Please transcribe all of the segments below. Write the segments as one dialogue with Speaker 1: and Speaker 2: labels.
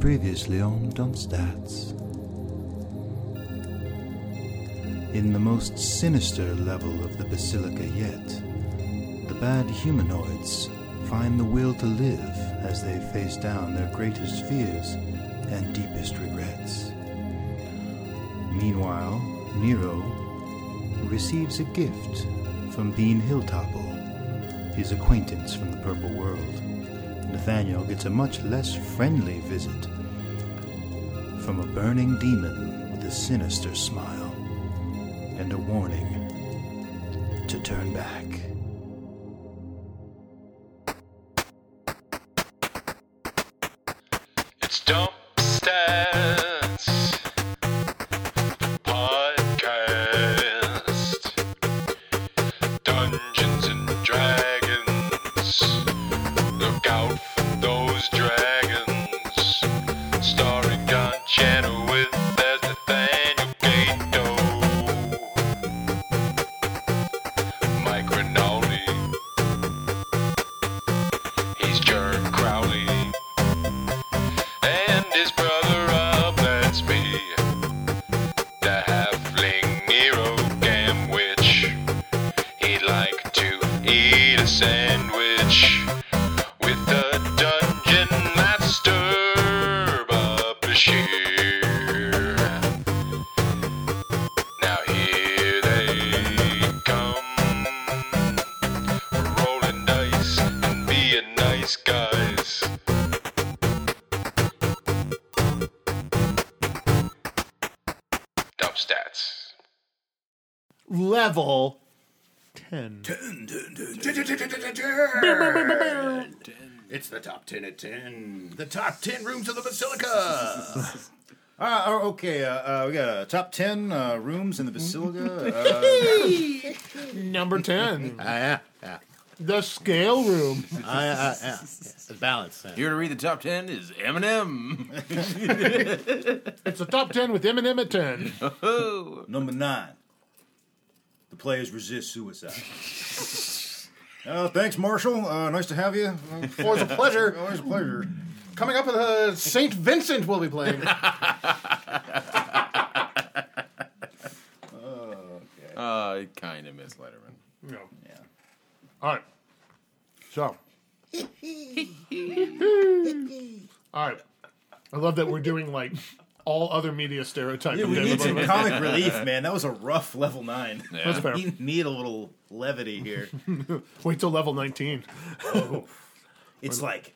Speaker 1: Previously on Dumpstats. In the most sinister level of the Basilica yet, the bad humanoids find the will to live as they face down their greatest fears and deepest regrets. Meanwhile, Nero receives a gift from Bean Hilltopple, his acquaintance from the Purple World. Nathaniel gets a much less friendly visit from a burning demon with a sinister smile and a warning to turn back.
Speaker 2: It's Dump Stats Podcast Dungeons and Dragons. Look out for those dragons. Starring John Channel with as Nathaniel Gato. Mike Rinaldi. He's Jerk Crowley and his brother Rob, that's me. The halfling Nero Gamwich. He'd like to eat a sandwich with the dungeon master, Bob Bashir. Now here they come. We're rolling dice and being nice guys. Dump stats.
Speaker 3: level 10.
Speaker 4: It's the top 10 at 10. The top 10 rooms of the Basilica.
Speaker 5: Uh, oh, okay, uh, uh, we got uh, top 10 uh, rooms in the Basilica. Uh,
Speaker 3: Number 10,
Speaker 4: yeah, yeah.
Speaker 3: the scale room.
Speaker 4: It's balanced. yeah.
Speaker 6: Here to read the top 10 is Eminem.
Speaker 3: It's a top 10 with Eminem at 10.
Speaker 5: number 9. The players resist suicide. Uh, thanks, Marshall. Uh, nice to have you. Uh,
Speaker 3: Always a pleasure.
Speaker 5: always a pleasure.
Speaker 3: Coming up with uh, St. Vincent will be playing.
Speaker 6: Uh, I kind of miss Letterman.
Speaker 3: No. All right. So. All right. I love that we're doing like all other media stereotypes.
Speaker 5: we need some comic relief, man. That was a rough level 9.
Speaker 3: That's fair.
Speaker 5: We need a little levity here.
Speaker 3: Wait till level 19.
Speaker 5: It's like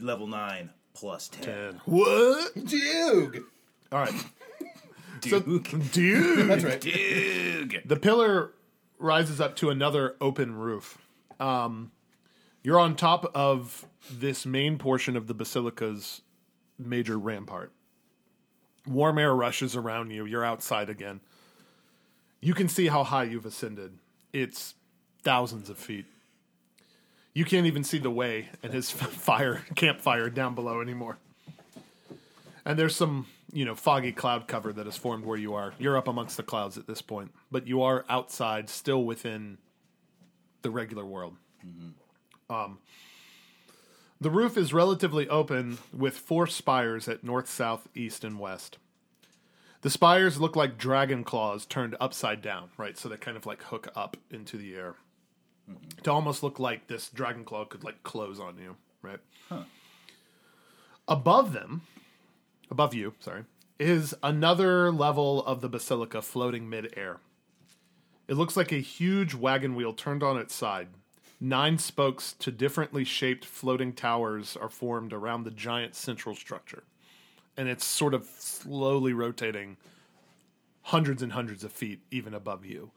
Speaker 5: level 9 plus 10.
Speaker 3: What?
Speaker 4: Dude.
Speaker 3: All right. Duke. Duke. That's right.
Speaker 6: Dude.
Speaker 3: The pillar rises up to another open roof. Um, you're on top of this main portion of the basilica's major rampart. Warm air rushes around you. You're outside again. You can see how high you've ascended. It's thousands of feet. You can't even see the way and his fire campfire down below anymore. And there's some, you know, foggy cloud cover that has formed where you are. You're up amongst the clouds at this point, but you are outside, still within the regular world. Um, the roof is relatively open with four spires at north, south, east, and west. The spires look like dragon claws turned upside down, right? So they kind of like hook up into the air to almost look like this dragon claw could like close on you, right? Above them, above you, sorry, is another level of the basilica floating midair. It looks like a huge wagon wheel turned on its side. Nine spokes to differently shaped floating towers are formed around the giant central structure. And it's sort of slowly rotating hundreds and hundreds of feet even above you.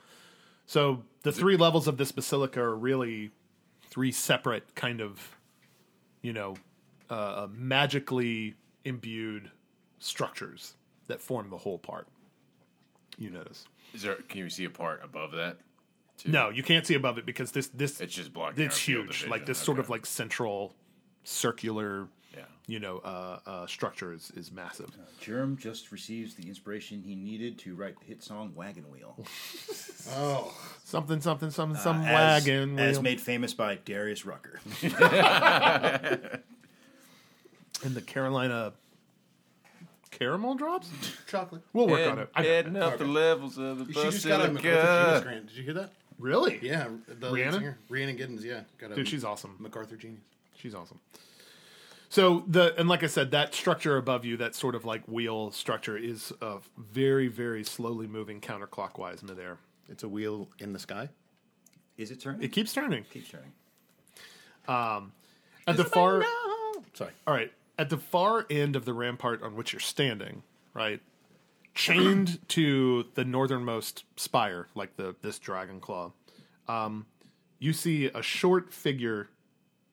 Speaker 3: So the three levels of this basilica are really three separate kind of, you know, uh, magically imbued structures that form the whole part. You notice?
Speaker 6: Is there, can you see a part above that?
Speaker 3: No, you can't see above it because this this
Speaker 6: It's just blocking.
Speaker 3: it's
Speaker 6: our field of
Speaker 3: huge.
Speaker 6: vision.
Speaker 3: Like this sort of
Speaker 6: Okay.
Speaker 3: like central circular,
Speaker 6: Yeah.
Speaker 3: you know, uh, uh, structure is is massive.
Speaker 5: Jerem just receives the inspiration he needed to write the hit song Wagon Wheel.
Speaker 3: Something, something, something, some
Speaker 5: As-
Speaker 3: wagon
Speaker 5: As
Speaker 3: wheel.
Speaker 5: made famous by Darius Rucker.
Speaker 3: in the Carolina caramel drops?
Speaker 7: Chocolate.
Speaker 3: We'll work
Speaker 6: Head-
Speaker 3: on it. I got it.
Speaker 6: heading up the levels of the
Speaker 7: She just got a MacArthur Genius
Speaker 6: Basilica.
Speaker 7: grant. Did you hear that?
Speaker 3: Really?
Speaker 7: Yeah, the lead
Speaker 3: Rihanna?
Speaker 7: singer, Rihanna Giddens. Yeah, got a
Speaker 3: Dude, she's awesome.
Speaker 7: MacArthur Genius.
Speaker 3: She's awesome. So the and like I said, that structure above you, that sort of like wheel structure, is uh, very, very slowly moving counterclockwise midair.
Speaker 7: It's a wheel in the sky.
Speaker 5: Is it turning?
Speaker 3: It keeps turning
Speaker 5: keeps turning.
Speaker 3: at the far.
Speaker 7: Sorry.
Speaker 3: All right, at the far end of the rampart on which you're standing, right, chained to the northernmost spire, like the this dragon claw, um, you see a short figure,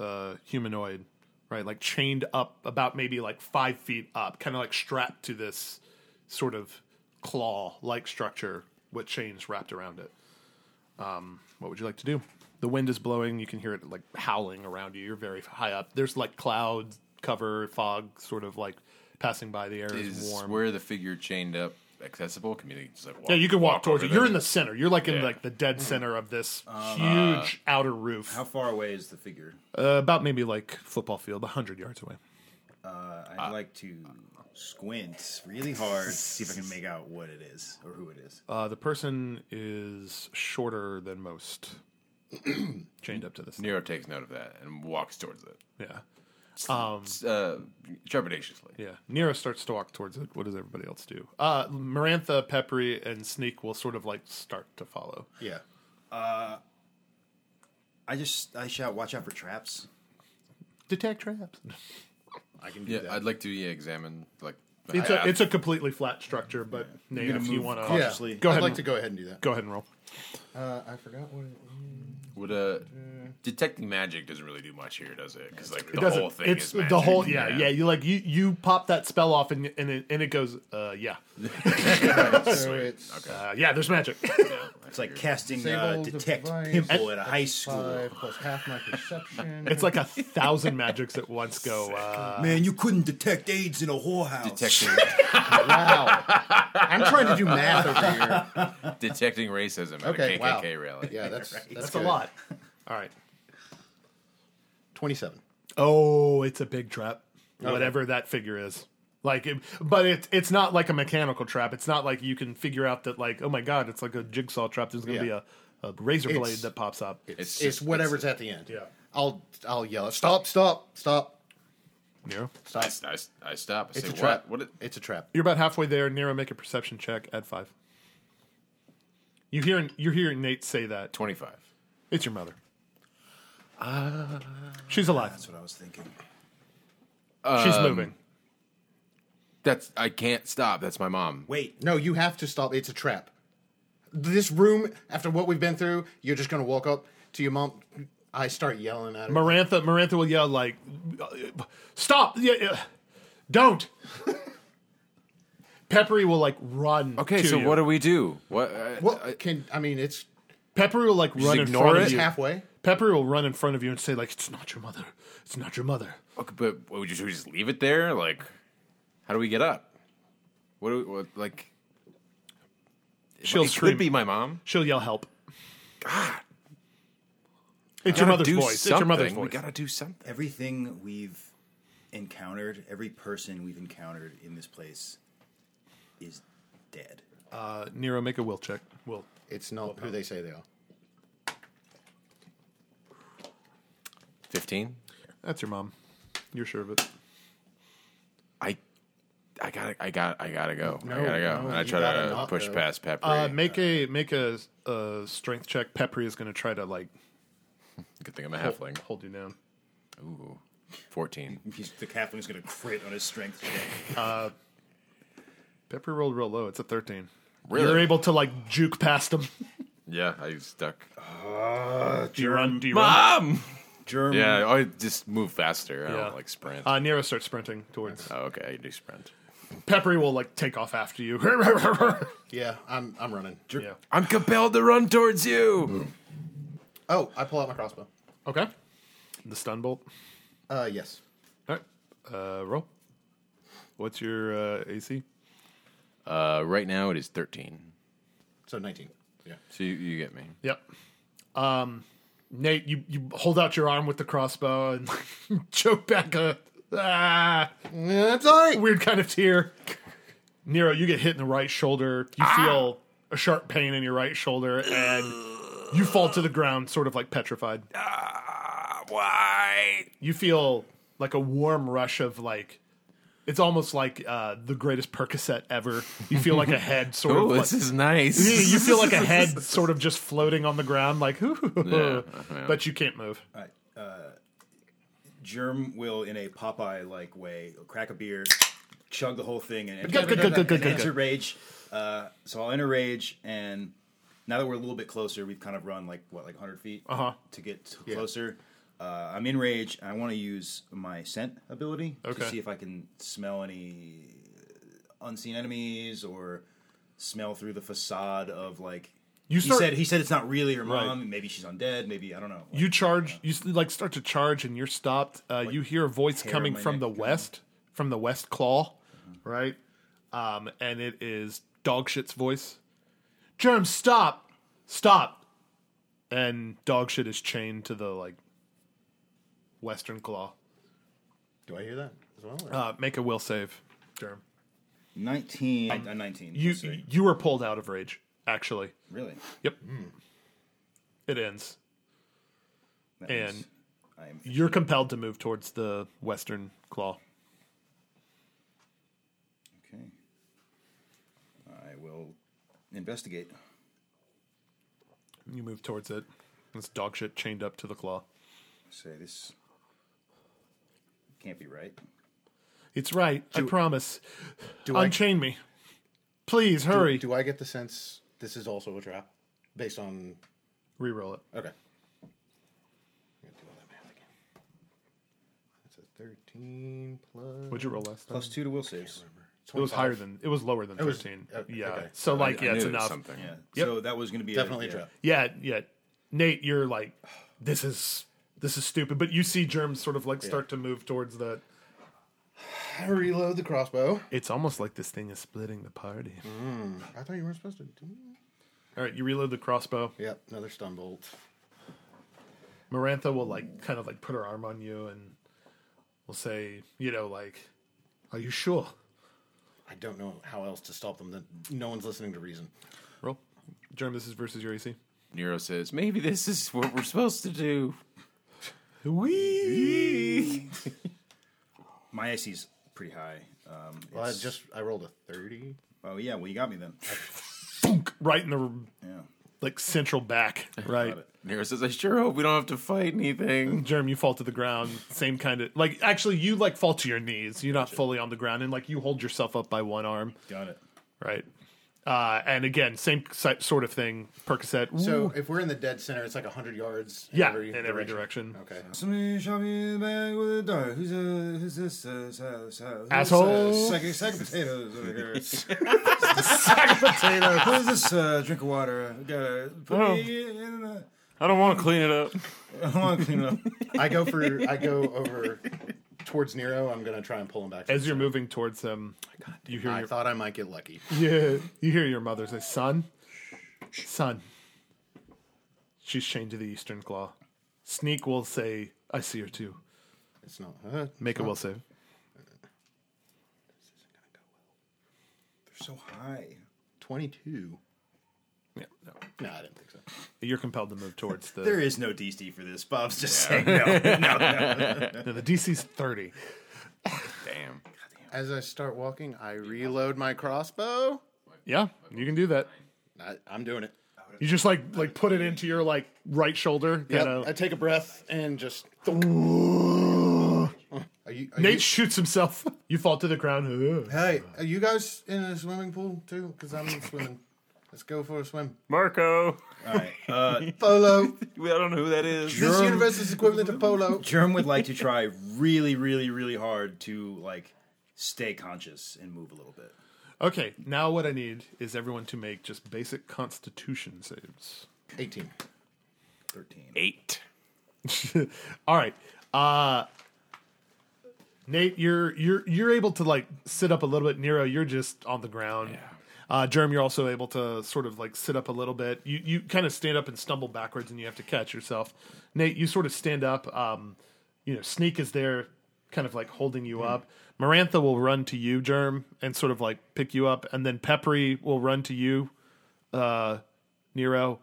Speaker 3: uh, humanoid, right, like chained up about maybe like five feet up, kind of like strapped to this sort of claw-like structure with chains wrapped around it. Um, What would you like to do? The wind is blowing. You can hear it like howling around you. You're very high up. There's like cloud cover, fog, sort of like passing by. The air is,
Speaker 6: Is
Speaker 3: warm.
Speaker 6: where the figure chained up accessible? Can you just like walk?
Speaker 3: yeah, you can walk, towards
Speaker 6: over
Speaker 3: it. You're
Speaker 6: there?
Speaker 3: in the center. You're like in
Speaker 6: Yeah.
Speaker 3: like the dead center of this huge outer roof.
Speaker 5: How far away is the figure?
Speaker 3: uh, about maybe like football field, hundred yards away.
Speaker 5: I'd like to squint really hard to see if I can make out what it is or who it is.
Speaker 3: Uh, the person is shorter than most. Chained up to this.
Speaker 6: Nero takes note of that and walks towards it,
Speaker 3: Yeah.
Speaker 6: S- uh, trepidatiously.
Speaker 3: Yeah, Nero starts to walk towards it. What does everybody else do? Uh, Marantha, Peppery, and Sneak will sort of like start to follow.
Speaker 7: Yeah.
Speaker 5: Uh, I just I shout, watch out for traps.
Speaker 3: Detect traps.
Speaker 7: I can do
Speaker 6: Yeah,
Speaker 7: that.
Speaker 6: I'd like to yeah, examine like. the
Speaker 3: It's
Speaker 6: half-
Speaker 3: a it's a completely flat structure, but Nate, if you want to,
Speaker 7: yeah.
Speaker 5: Obviously.
Speaker 3: Go
Speaker 7: I'd
Speaker 3: ahead
Speaker 7: like
Speaker 3: and-
Speaker 7: to go ahead and do that.
Speaker 3: go ahead and roll.
Speaker 7: Uh, I forgot what it
Speaker 6: would uh,
Speaker 7: Mm.
Speaker 6: detecting magic doesn't really do much here, does it? Because like
Speaker 3: It
Speaker 6: the
Speaker 3: doesn't.
Speaker 6: whole thing
Speaker 3: it's
Speaker 6: is magic.
Speaker 3: the whole. Yeah, yeah, You like you you pop that spell off and and it, and it goes. Uh, yeah,
Speaker 7: is. So it's okay.
Speaker 3: uh, yeah. There's magic.
Speaker 5: It's like casting uh, detect pimple at a high school.
Speaker 7: Five plus half my perception.
Speaker 3: it's like a thousand magics at once go. Uh,
Speaker 5: Man, you couldn't detect AIDS in a whorehouse.
Speaker 6: Detecting,
Speaker 7: wow. I'm trying to do math over here.
Speaker 6: detecting racism at
Speaker 7: Okay,
Speaker 6: a KKK
Speaker 7: wow.
Speaker 6: rally.
Speaker 7: Yeah, that's that's,
Speaker 3: that's a
Speaker 7: good.
Speaker 3: lot. All right.
Speaker 7: Twenty-seven.
Speaker 3: Oh, it's a big trap. Whatever that figure is. Like it, but it's it's not like a mechanical trap. It's not like you can figure out that like, oh my god, it's like a jigsaw trap. There's gonna
Speaker 7: Yeah.
Speaker 3: be a, a razor
Speaker 7: It's-
Speaker 3: blade that pops up.
Speaker 6: It's
Speaker 7: It's, it's
Speaker 6: just-
Speaker 7: whatever's at the end.
Speaker 3: Yeah.
Speaker 7: I'll I'll yell. Stop! Stop! Stop!
Speaker 3: Nero.
Speaker 7: Stop!
Speaker 6: I, s- I stop. I
Speaker 7: It's
Speaker 6: say,
Speaker 7: a trap.
Speaker 6: What? what it,
Speaker 7: It's a trap.
Speaker 3: You're about halfway there, Nero make a perception check at five. You hear you're hearing Nate say that.
Speaker 6: Twenty-five.
Speaker 3: It's your mother.
Speaker 6: Uh,
Speaker 3: She's alive.
Speaker 5: That's what I was thinking.
Speaker 3: She's
Speaker 6: um,
Speaker 3: moving.
Speaker 6: That's I can't stop. That's my mom.
Speaker 5: Wait,
Speaker 7: No, you have to stop. It's a trap. This room, after what we've been through, you're just gonna walk up to your mom. I start yelling at her.
Speaker 3: Marantha Marantha will yell like Stop! Yeah, yeah. Don't Peppery will like run.
Speaker 6: Okay,
Speaker 3: to
Speaker 6: so
Speaker 3: you.
Speaker 6: what do we do? What? Uh,
Speaker 7: what can I mean? It's
Speaker 3: Pepper will like run in
Speaker 6: ignore
Speaker 3: front of
Speaker 6: it?
Speaker 7: it's
Speaker 3: you.
Speaker 7: halfway.
Speaker 3: Pepper will run in front of you and say like, "It's not your mother. It's not your mother."
Speaker 6: okay, but what, would you, should we just leave it there? Like, how do we get up? What? Do we, what like,
Speaker 3: She'll
Speaker 6: it
Speaker 3: scream.
Speaker 6: could be my mom.
Speaker 3: She'll yell help. God, it's your mother's
Speaker 6: do
Speaker 3: voice. It's your mother's
Speaker 6: something.
Speaker 3: voice.
Speaker 6: We gotta do something.
Speaker 5: everything we've encountered, every person we've encountered in this place is dead.
Speaker 3: Uh, Nero, make a will check. Will
Speaker 7: It's not who they say they are.
Speaker 6: Fifteen.
Speaker 3: that's your mom. You're sure of it.
Speaker 6: I, I gotta, I got, I gotta go. I
Speaker 7: No,
Speaker 6: gotta go.
Speaker 7: no,
Speaker 6: and I
Speaker 7: you
Speaker 6: try
Speaker 7: gotta
Speaker 6: to
Speaker 7: not
Speaker 6: push
Speaker 7: go.
Speaker 6: past Pepper.
Speaker 3: Uh, make a make a, a strength check. Peppery is going to try to like
Speaker 6: Good thing I'm a halfling.
Speaker 3: hold you down.
Speaker 6: Ooh, fourteen.
Speaker 5: He's, the halfling's going to crit on his strength check.
Speaker 3: Peppery rolled real low. It's a thirteen.
Speaker 6: Really?
Speaker 3: You're able to like juke past him.
Speaker 6: Yeah, I stuck.
Speaker 3: Do you run? Uh, Do you run?
Speaker 6: Mom.
Speaker 5: Germ.
Speaker 6: Yeah, I just move faster. I
Speaker 3: Mm. Yeah.
Speaker 6: don't like sprint.
Speaker 3: Uh, Nero starts sprinting towards.
Speaker 6: oh, okay, I do sprint.
Speaker 3: Peppery will like take off after you.
Speaker 7: Yeah, I'm I'm running.
Speaker 3: yeah.
Speaker 6: I'm compelled to run towards you.
Speaker 7: Oh, I pull out my crossbow.
Speaker 3: Okay. The stun bolt.
Speaker 7: Uh, yes.
Speaker 3: All right. Uh, roll. What's your uh, AC?
Speaker 6: Uh, right now it is thirteen.
Speaker 7: So nineteen. Yeah.
Speaker 6: So you, you get me.
Speaker 3: Yep. Um, Nate, you, you hold out your arm with the crossbow and choke back a ah,
Speaker 7: That's all right.
Speaker 3: weird kind of tear. Nero, you get hit in the right shoulder. You
Speaker 6: Ah.
Speaker 3: feel a sharp pain in your right shoulder, and you fall to the ground, sort of like petrified.
Speaker 6: Uh, Why?
Speaker 3: You feel like a warm rush of like. It's almost like uh, the greatest Percocet ever. You feel like a head sort of.
Speaker 6: Oh,
Speaker 3: like-
Speaker 6: this is nice.
Speaker 3: Yeah, you feel like a head sort of just floating on the ground, like,
Speaker 6: yeah.
Speaker 3: but you can't move.
Speaker 5: Germ will, in a Popeye like way, crack a beer, chug the whole thing, and,
Speaker 3: Good, good, good, good, good,
Speaker 5: and
Speaker 3: good,
Speaker 5: enter
Speaker 3: good.
Speaker 5: rage. Uh, so I'll enter rage, and now that we're a little bit closer, we've kind of run like what, like 100 feet
Speaker 3: Uh-huh.
Speaker 5: to get t- closer. Uh, I'm in rage, and I want to use my scent ability
Speaker 3: Okay.
Speaker 5: to see if I can smell any unseen enemies or smell through the facade of like.
Speaker 3: You
Speaker 5: he
Speaker 3: start-
Speaker 5: said he said it's not really her
Speaker 3: Right.
Speaker 5: mom. Maybe she's undead. Maybe I don't know.
Speaker 3: You charge, you s- like start to charge, and you're stopped. Uh, you hear a voice
Speaker 5: tear
Speaker 3: coming
Speaker 5: my
Speaker 3: from
Speaker 5: neck
Speaker 3: the
Speaker 5: going.
Speaker 3: west, from the west claw, right? Um, and it is Dogshit's voice. Germ, stop, stop, and Dogshit is chained to the like western claw.
Speaker 7: Do I hear that as well? or-
Speaker 3: Uh, make a will save, Germ.
Speaker 5: 19. I- I'm 19.
Speaker 3: You
Speaker 5: let's say.
Speaker 3: you were pulled out of rage. Actually,
Speaker 5: really?
Speaker 3: yep.
Speaker 5: Hmm.
Speaker 3: It ends.
Speaker 5: That
Speaker 3: And-
Speaker 5: was- I am
Speaker 3: You're compelled to move towards the western claw.
Speaker 5: okay. I will investigate.
Speaker 3: You move towards it. It's dog shit chained up to the claw.
Speaker 5: Say this can't be right.
Speaker 3: It's right. I promise.
Speaker 7: Do I-
Speaker 3: Unchain me. Please hurry.
Speaker 7: Do I get the sense this is also a trap? Based on
Speaker 3: Reroll it.
Speaker 6: Uh,
Speaker 7: okay. I'm gonna do all that math again. That's a thirteen plus.
Speaker 3: What'd you roll last time?
Speaker 5: Plus two to will saves.
Speaker 3: It was higher than. It was lower than
Speaker 7: was-
Speaker 3: thirteen.
Speaker 7: okay,
Speaker 3: yeah.
Speaker 7: okay.
Speaker 3: So like, yeah,
Speaker 6: uh, I
Speaker 3: it's
Speaker 6: knew it was
Speaker 3: enough.
Speaker 6: Something.
Speaker 5: Yeah.
Speaker 3: Yep.
Speaker 5: So that was going to be
Speaker 7: Definitely a
Speaker 5: yeah.
Speaker 7: trap.
Speaker 3: Yeah, yeah. Nate, you're like, this is this is stupid. But you see germs sort of like start to move towards that.
Speaker 7: I reload the crossbow.
Speaker 3: It's almost like this thing is splitting the party.
Speaker 6: Mm-hmm.
Speaker 7: I thought you weren't supposed to do.
Speaker 3: All right, you reload the crossbow.
Speaker 7: Yep, another stun bolt.
Speaker 3: Marantha will like kind of like put her arm on you and will say, you know, like, are you sure?
Speaker 7: I don't know how else to stop them. That no one's listening to reason.
Speaker 3: Roll. Jerm, this is versus your AC.
Speaker 6: Nero says, maybe this is what we're supposed to do.
Speaker 3: Wee.
Speaker 5: My IC's pretty high. Um,
Speaker 7: Well, I
Speaker 5: it's-
Speaker 7: just I rolled a thirty.
Speaker 5: oh yeah, well you got me then.
Speaker 3: Right in the
Speaker 5: Yeah.
Speaker 3: like central back. Right.
Speaker 6: Nero says, I sure hope we don't have to fight anything.
Speaker 3: Jerm, you fall to the ground. Same kind of like actually you like fall to your knees. You're not fully on the ground and like you hold yourself up by one arm.
Speaker 5: Got it.
Speaker 3: Right. Uh, and again, same si- sort of thing. Percocet.
Speaker 7: So
Speaker 3: Ooh.
Speaker 7: if we're in the dead center, it's like hundred yards.
Speaker 3: yeah, in every direction.
Speaker 7: Okay.
Speaker 5: Somebody shot me in the back with a dart. Who's, uh, who's this? Uh, so, so, who's
Speaker 3: Asshole.
Speaker 5: This, uh, sack, sack of potatoes over here.
Speaker 3: Potato.
Speaker 5: Who's this uh, drink of water? Gotta put me in the.
Speaker 6: I don't want to clean it up.
Speaker 5: I don't want to clean it up.
Speaker 7: I go for I go over towards Nero. I'm gonna try and pull him back.
Speaker 3: As you're moving towards him, you hear
Speaker 7: I
Speaker 3: your
Speaker 7: thought I might get lucky.
Speaker 3: Yeah, you hear your mother say, "Son, son." She's chained to the eastern claw. Sneak will say, "I see her too."
Speaker 7: It's not. Uh,
Speaker 3: Make a will save.
Speaker 5: They're so high.
Speaker 7: Twenty-two.
Speaker 3: Yeah, no.
Speaker 7: No, I didn't think so.
Speaker 3: You're compelled to move towards the.
Speaker 5: There is no DC for this. Bob's just saying no.
Speaker 3: no, the DC's thirty.
Speaker 6: Damn.
Speaker 7: As I start walking, I reload my crossbow.
Speaker 3: Yeah, you can do that.
Speaker 7: I, I'm doing it.
Speaker 3: You just like like put it into your like right shoulder.
Speaker 7: Yep.
Speaker 3: kinda-
Speaker 7: I take a breath and just. Are you, are
Speaker 3: Nate shoots himself. You fall to the ground.
Speaker 7: you, hey, are you guys in a swimming pool too? Because I'm swimming. Let's go for a swim.
Speaker 6: Marco.
Speaker 5: All right. Uh,
Speaker 7: Polo.
Speaker 6: I don't know who that is.
Speaker 7: this universe is equivalent to polo.
Speaker 5: Germ would like to try really, really, really hard to like stay conscious and move a little bit.
Speaker 3: Okay, now what I need is everyone to make just basic Constitution saves.
Speaker 7: 18.
Speaker 5: Thirteen.
Speaker 6: Eight.
Speaker 3: All right. Uh Nate, you're you're you're able to like sit up a little bit. Nero, you're just on the ground. Uh Jerm, you're also able to sort of like sit up a little bit. You you kind of stand up and stumble backwards and you have to catch yourself. Nate, you sort of stand up. Um, you know, Sneak is there kind of like holding you up. Marantha will run to you, Germ, and sort of like pick you up, and then Peppery will run to you, uh, Nero,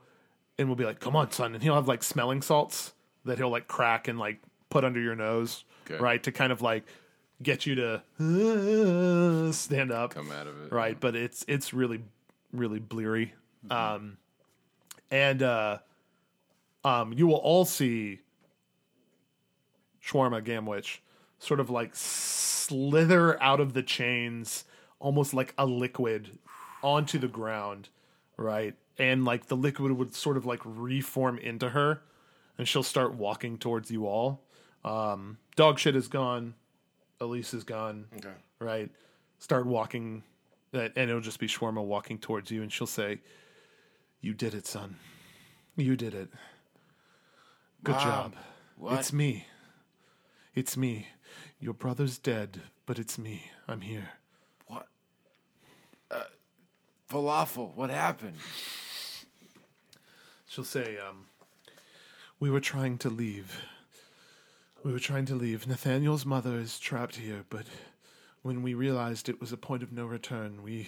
Speaker 3: and will be like, "Come on, son!" And he'll have like smelling salts that he'll like crack and like put under your nose,
Speaker 6: Okay.
Speaker 3: right, to kind of like get you to uh, stand up,
Speaker 6: Come out of it.
Speaker 3: right? But it's it's really really bleary,
Speaker 6: Mm-hmm.
Speaker 3: um, and uh, um, you will all see Shawarma Gamwich sort of like slither out of the chains, almost like a liquid, onto the ground, right? And like the liquid would sort of like reform into her, and she'll start walking towards you all. Um, dog shit is gone. Elise is gone. Okay. Right. Start walking, uh, and it'll just be Shawarma walking towards you, and she'll say, "You did it, son. You did it. Good job. It's me. It's me. Your brother's dead, but it's me. I'm here.
Speaker 6: Falafel. What happened?
Speaker 3: She'll say, um, "We were trying to leave. We were trying to leave. Nathaniel's mother is trapped here, but when we realized it was a point of no return, we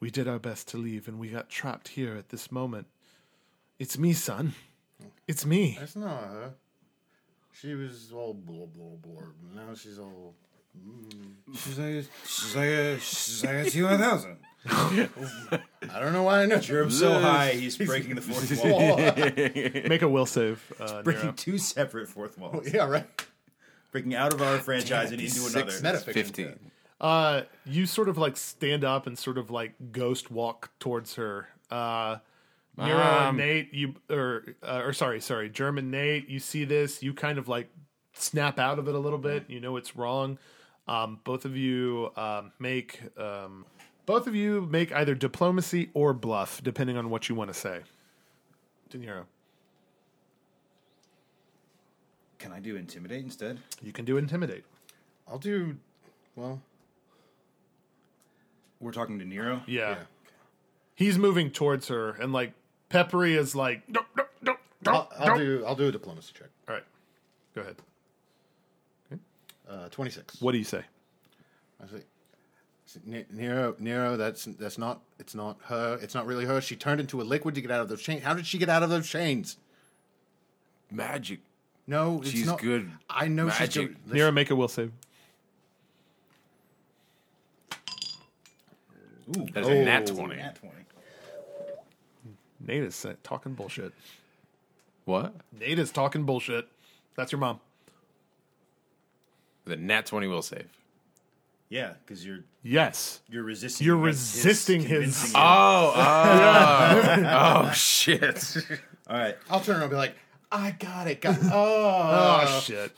Speaker 3: we did our best to leave, and we got trapped here at this moment. It's me, son. It's me.
Speaker 7: That's not her. She was all blah blah blah. Now she's all. mm.
Speaker 5: She's like, a, she's like, a, she's like a 2000.
Speaker 7: I don't know why I know.
Speaker 5: You're so high, he's breaking the fourth wall.
Speaker 3: Make a will save, uh,
Speaker 5: breaking two separate fourth walls.
Speaker 7: Yeah, right.
Speaker 5: Breaking out of our franchise and into
Speaker 6: 56.
Speaker 5: another.
Speaker 7: Metafiction.
Speaker 6: Fifteen.
Speaker 3: Uh, you sort of like stand up and sort of like ghost walk towards her. Uh, Nero
Speaker 7: Um.
Speaker 3: and Nate, you or uh, or sorry, sorry, German Nate, you see this, you kind of like snap out of it a little bit. You know it's wrong. Um, both of you um, make um, both of you make either diplomacy or bluff, depending on what you want to say. De Niro,
Speaker 5: Can I do intimidate instead?
Speaker 3: you can do intimidate.
Speaker 7: I'll do. Well,
Speaker 5: We're talking to Nero.
Speaker 3: Yeah. He's moving towards her, and like Peppery is like, "Nope, nope, nope, nope,
Speaker 7: I'll, I'll
Speaker 3: nope."
Speaker 7: do. I'll do a diplomacy check.
Speaker 3: All right, go ahead.
Speaker 7: Uh, Twenty six.
Speaker 3: What do you say?
Speaker 7: I was like, I said, "Ne- Nero, Nero, that's that's not. It's not her. It's not really her. She turned into a liquid to get out of those chains. How did she get out of those chains?
Speaker 6: Magic.
Speaker 7: No, it's
Speaker 6: She's
Speaker 7: not-
Speaker 6: good.
Speaker 7: I know she's
Speaker 6: Magic.
Speaker 7: good.
Speaker 3: Nero, make a will save.
Speaker 5: Ooh,
Speaker 3: Oh.
Speaker 6: That is a nat 20.
Speaker 5: Nat 20.
Speaker 3: Nate is sa- talking bullshit.
Speaker 6: What?
Speaker 3: Nate is talking bullshit. That's your mom.
Speaker 6: The nat 20 will save.
Speaker 5: Yeah, because you're
Speaker 3: Yes.
Speaker 5: you're resisting.
Speaker 3: You're
Speaker 5: against
Speaker 3: resisting his-
Speaker 5: convincing
Speaker 6: Oh, oh, oh, shit.
Speaker 5: All right,
Speaker 7: I'll turn around and be like, I got it. Got oh,
Speaker 5: Uh,
Speaker 3: Oh shit.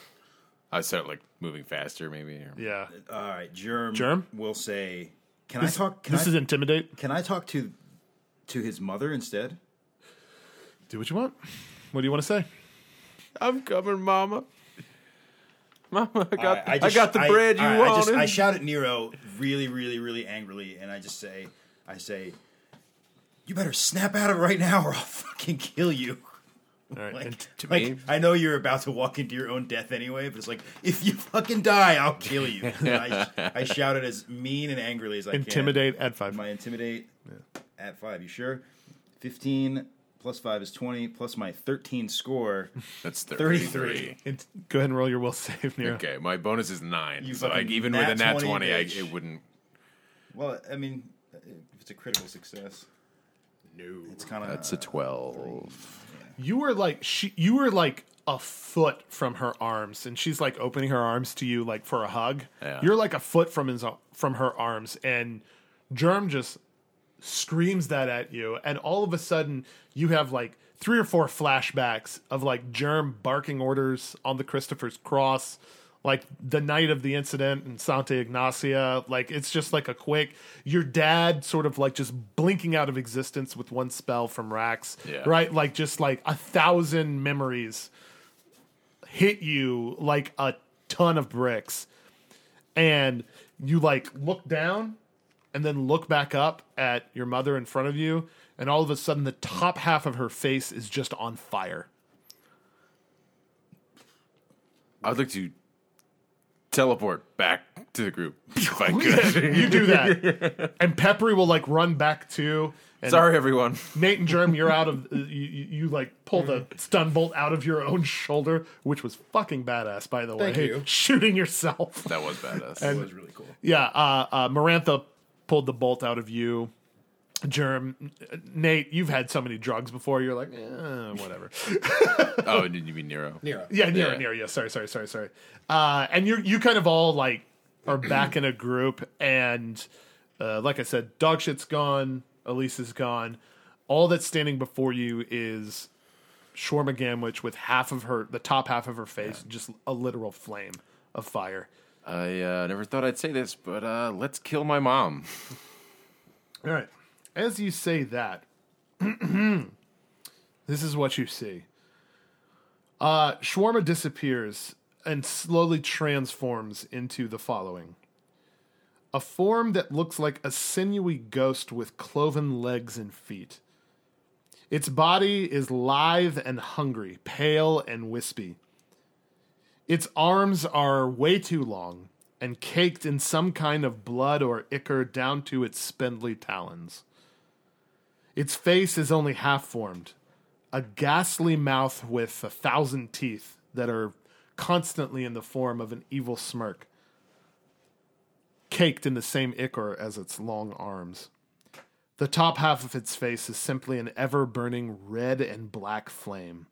Speaker 6: I start like moving faster, maybe. Or...
Speaker 3: Yeah.
Speaker 5: all right. Germ.
Speaker 3: Germ?
Speaker 5: will say, "Can
Speaker 3: This,
Speaker 5: I talk? Can
Speaker 3: this
Speaker 5: I,
Speaker 3: is intimidate.
Speaker 5: can I talk to to his mother instead?"
Speaker 3: Do what you want. What do you want to say?
Speaker 6: I'm coming, mama. Mama, I got,
Speaker 5: All right,
Speaker 6: I
Speaker 5: just-
Speaker 6: got the
Speaker 5: I-
Speaker 6: bread
Speaker 5: all
Speaker 6: you
Speaker 5: right, I just-
Speaker 6: wanted.
Speaker 5: I shout at Nero really, really, really angrily, and I just say, "I say, you better snap out of it right now, or I'll fucking kill you."
Speaker 3: All right.
Speaker 5: Like,
Speaker 3: and-
Speaker 5: like,
Speaker 6: me?
Speaker 5: I know you're about to walk into your own death anyway, but it's like if you fucking die, I'll kill you. And I, I shout it as mean and angrily as I
Speaker 3: intimidate at
Speaker 5: can.
Speaker 3: five.
Speaker 5: My intimidate at five. You sure? Fifteen plus five is twenty. Plus my thirteen score.
Speaker 6: That's
Speaker 5: 33.
Speaker 6: 33.
Speaker 3: Int- go ahead and roll your will save, Nero.
Speaker 6: Okay, my bonus is nine.
Speaker 5: You
Speaker 6: so like,
Speaker 5: fucking
Speaker 6: even with a
Speaker 5: nat
Speaker 6: nat
Speaker 5: 20,
Speaker 6: 20, I,
Speaker 5: bitch.
Speaker 6: it wouldn't.
Speaker 5: Well, I mean, if it's a critical success, no, it's kind of
Speaker 6: That's a 12.
Speaker 3: You were like she. You were like a foot from her arms, and she's like opening her arms to you, like for a hug.
Speaker 6: Yeah.
Speaker 3: You're like a foot from his from her arms, and Germ just screams that at you, and all of a sudden you have like three or four flashbacks of like Germ barking orders on the Christopher's cross, like the night of the incident in Santa Ignacia. Like it's just like a quick your dad sort of like just blinking out of existence with one spell from Rax.
Speaker 6: Yeah.
Speaker 3: Right? Like just like a thousand memories hit you like a ton of bricks. And you like look down and then look back up at your mother in front of you, and all of a sudden the top half of her face is just on fire.
Speaker 6: I would like to teleport back to the group if I could.
Speaker 3: You do that, and Peppery will like run back too. And
Speaker 6: Sorry, everyone.
Speaker 3: Nate and Germ, you're out of uh, you, you. you, like pull the stun bolt out of your own shoulder, which was fucking badass, by the way.
Speaker 7: you.
Speaker 3: Shooting yourself.
Speaker 6: That was badass.
Speaker 5: That was really cool.
Speaker 3: Yeah, uh, uh, Marantha pulled the bolt out of you. Germ, Nate, you've had so many drugs before. You're like, eh, whatever.
Speaker 6: oh, and did you mean Nero?
Speaker 7: Nero.
Speaker 3: Yeah, near,
Speaker 6: Yeah.
Speaker 3: near. Yeah, sorry, sorry, sorry, sorry. Uh, and you, you kind of all like are back in a group, and uh, like I said, dog shit's gone. Elise is gone. All that's standing before you is Shorma Gamwich with half of her, the top half of her face, just a literal flame of fire.
Speaker 6: I uh, never thought I'd say this, but uh, let's kill my mom.
Speaker 3: All right. As you say that, this is what you see. Uh, Shawarma disappears and slowly transforms into the following a form that looks like a sinewy ghost with cloven legs and feet. Its body is lithe and hungry, pale and wispy. Its arms are way too long and caked in some kind of blood or ichor down to its spindly talons. Its face is only half formed, a ghastly mouth with a thousand teeth that are constantly in the form of an evil smirk, caked in the same ichor as its long arms. The top half of its face is simply an ever burning red and black flame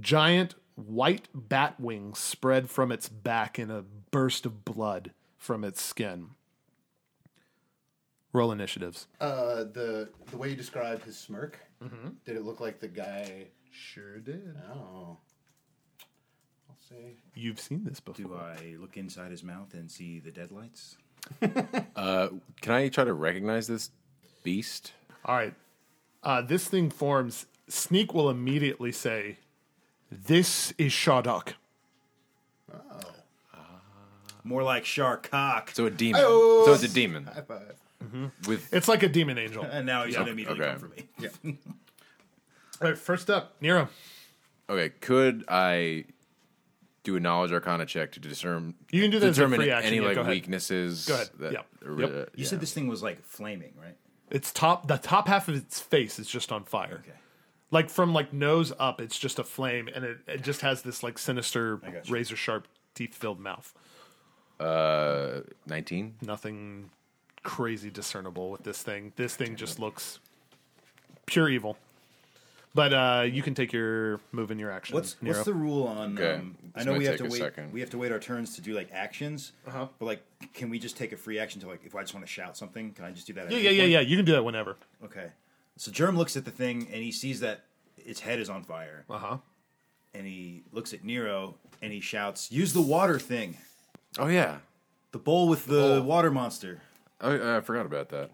Speaker 3: giant white bat wings spread from its back in a burst of blood from its skin. Roll initiatives.
Speaker 7: Uh, the the way you described his smirk, did it look like the guy?
Speaker 3: Mm-hmm. Sure did.
Speaker 7: Oh, I'll say
Speaker 3: You've seen this
Speaker 5: Do
Speaker 3: before.
Speaker 5: I look inside his mouth and see the deadlights?
Speaker 6: Can I try to recognize this beast?
Speaker 3: All right. Uh, this thing forms. Sneak will immediately say, This is Shardok.
Speaker 5: More like shark cock.
Speaker 6: So a demon. So it's a demon
Speaker 7: five.
Speaker 6: with
Speaker 3: It's like a demon angel.
Speaker 5: And now he's gonna immediately
Speaker 6: okay.
Speaker 5: come for me.
Speaker 3: All right, first up, Nero.
Speaker 6: Okay, could I do a knowledge arcana check to discern?
Speaker 3: You can do that as a
Speaker 6: determine
Speaker 3: free action.
Speaker 6: any
Speaker 3: Yeah,
Speaker 6: like
Speaker 3: go ahead.
Speaker 6: weaknesses.
Speaker 3: Go ahead.
Speaker 6: That,
Speaker 3: Yep.
Speaker 6: or,
Speaker 3: Yep.
Speaker 6: uh,
Speaker 5: You said this thing was like flaming, right?
Speaker 3: It's top. The top half of its face is just on fire.
Speaker 5: Okay.
Speaker 3: like from like nose up it's just a flame and it, it just has this like sinister
Speaker 5: got you.
Speaker 3: razor sharp teeth filled mouth
Speaker 6: uh, nineteen.
Speaker 3: Mm-hmm. nothing crazy discernible with this thing this thing just looks pure evil but uh you can take your move and your action
Speaker 5: What's
Speaker 3: Nero.
Speaker 5: what's the rule on?
Speaker 6: Okay,
Speaker 5: Um,
Speaker 6: this
Speaker 5: I know
Speaker 6: might
Speaker 5: we have
Speaker 6: take
Speaker 5: to
Speaker 6: a
Speaker 5: wait.
Speaker 6: second.
Speaker 5: We have to wait our turns to do like actions. Uh-huh. But like, can we just take a free action to like, if I just want to shout something, can I just do that? at
Speaker 3: yeah
Speaker 5: any
Speaker 3: yeah yeah
Speaker 5: point?
Speaker 3: yeah you can do that whenever
Speaker 5: Okay. So Germ looks at the thing and he sees that its head is on fire,
Speaker 3: uh-huh
Speaker 5: and he looks at Nero and he shouts, "Use the water thing,
Speaker 6: Oh yeah.
Speaker 5: the bowl with the water monster."
Speaker 6: Oh, I forgot about that.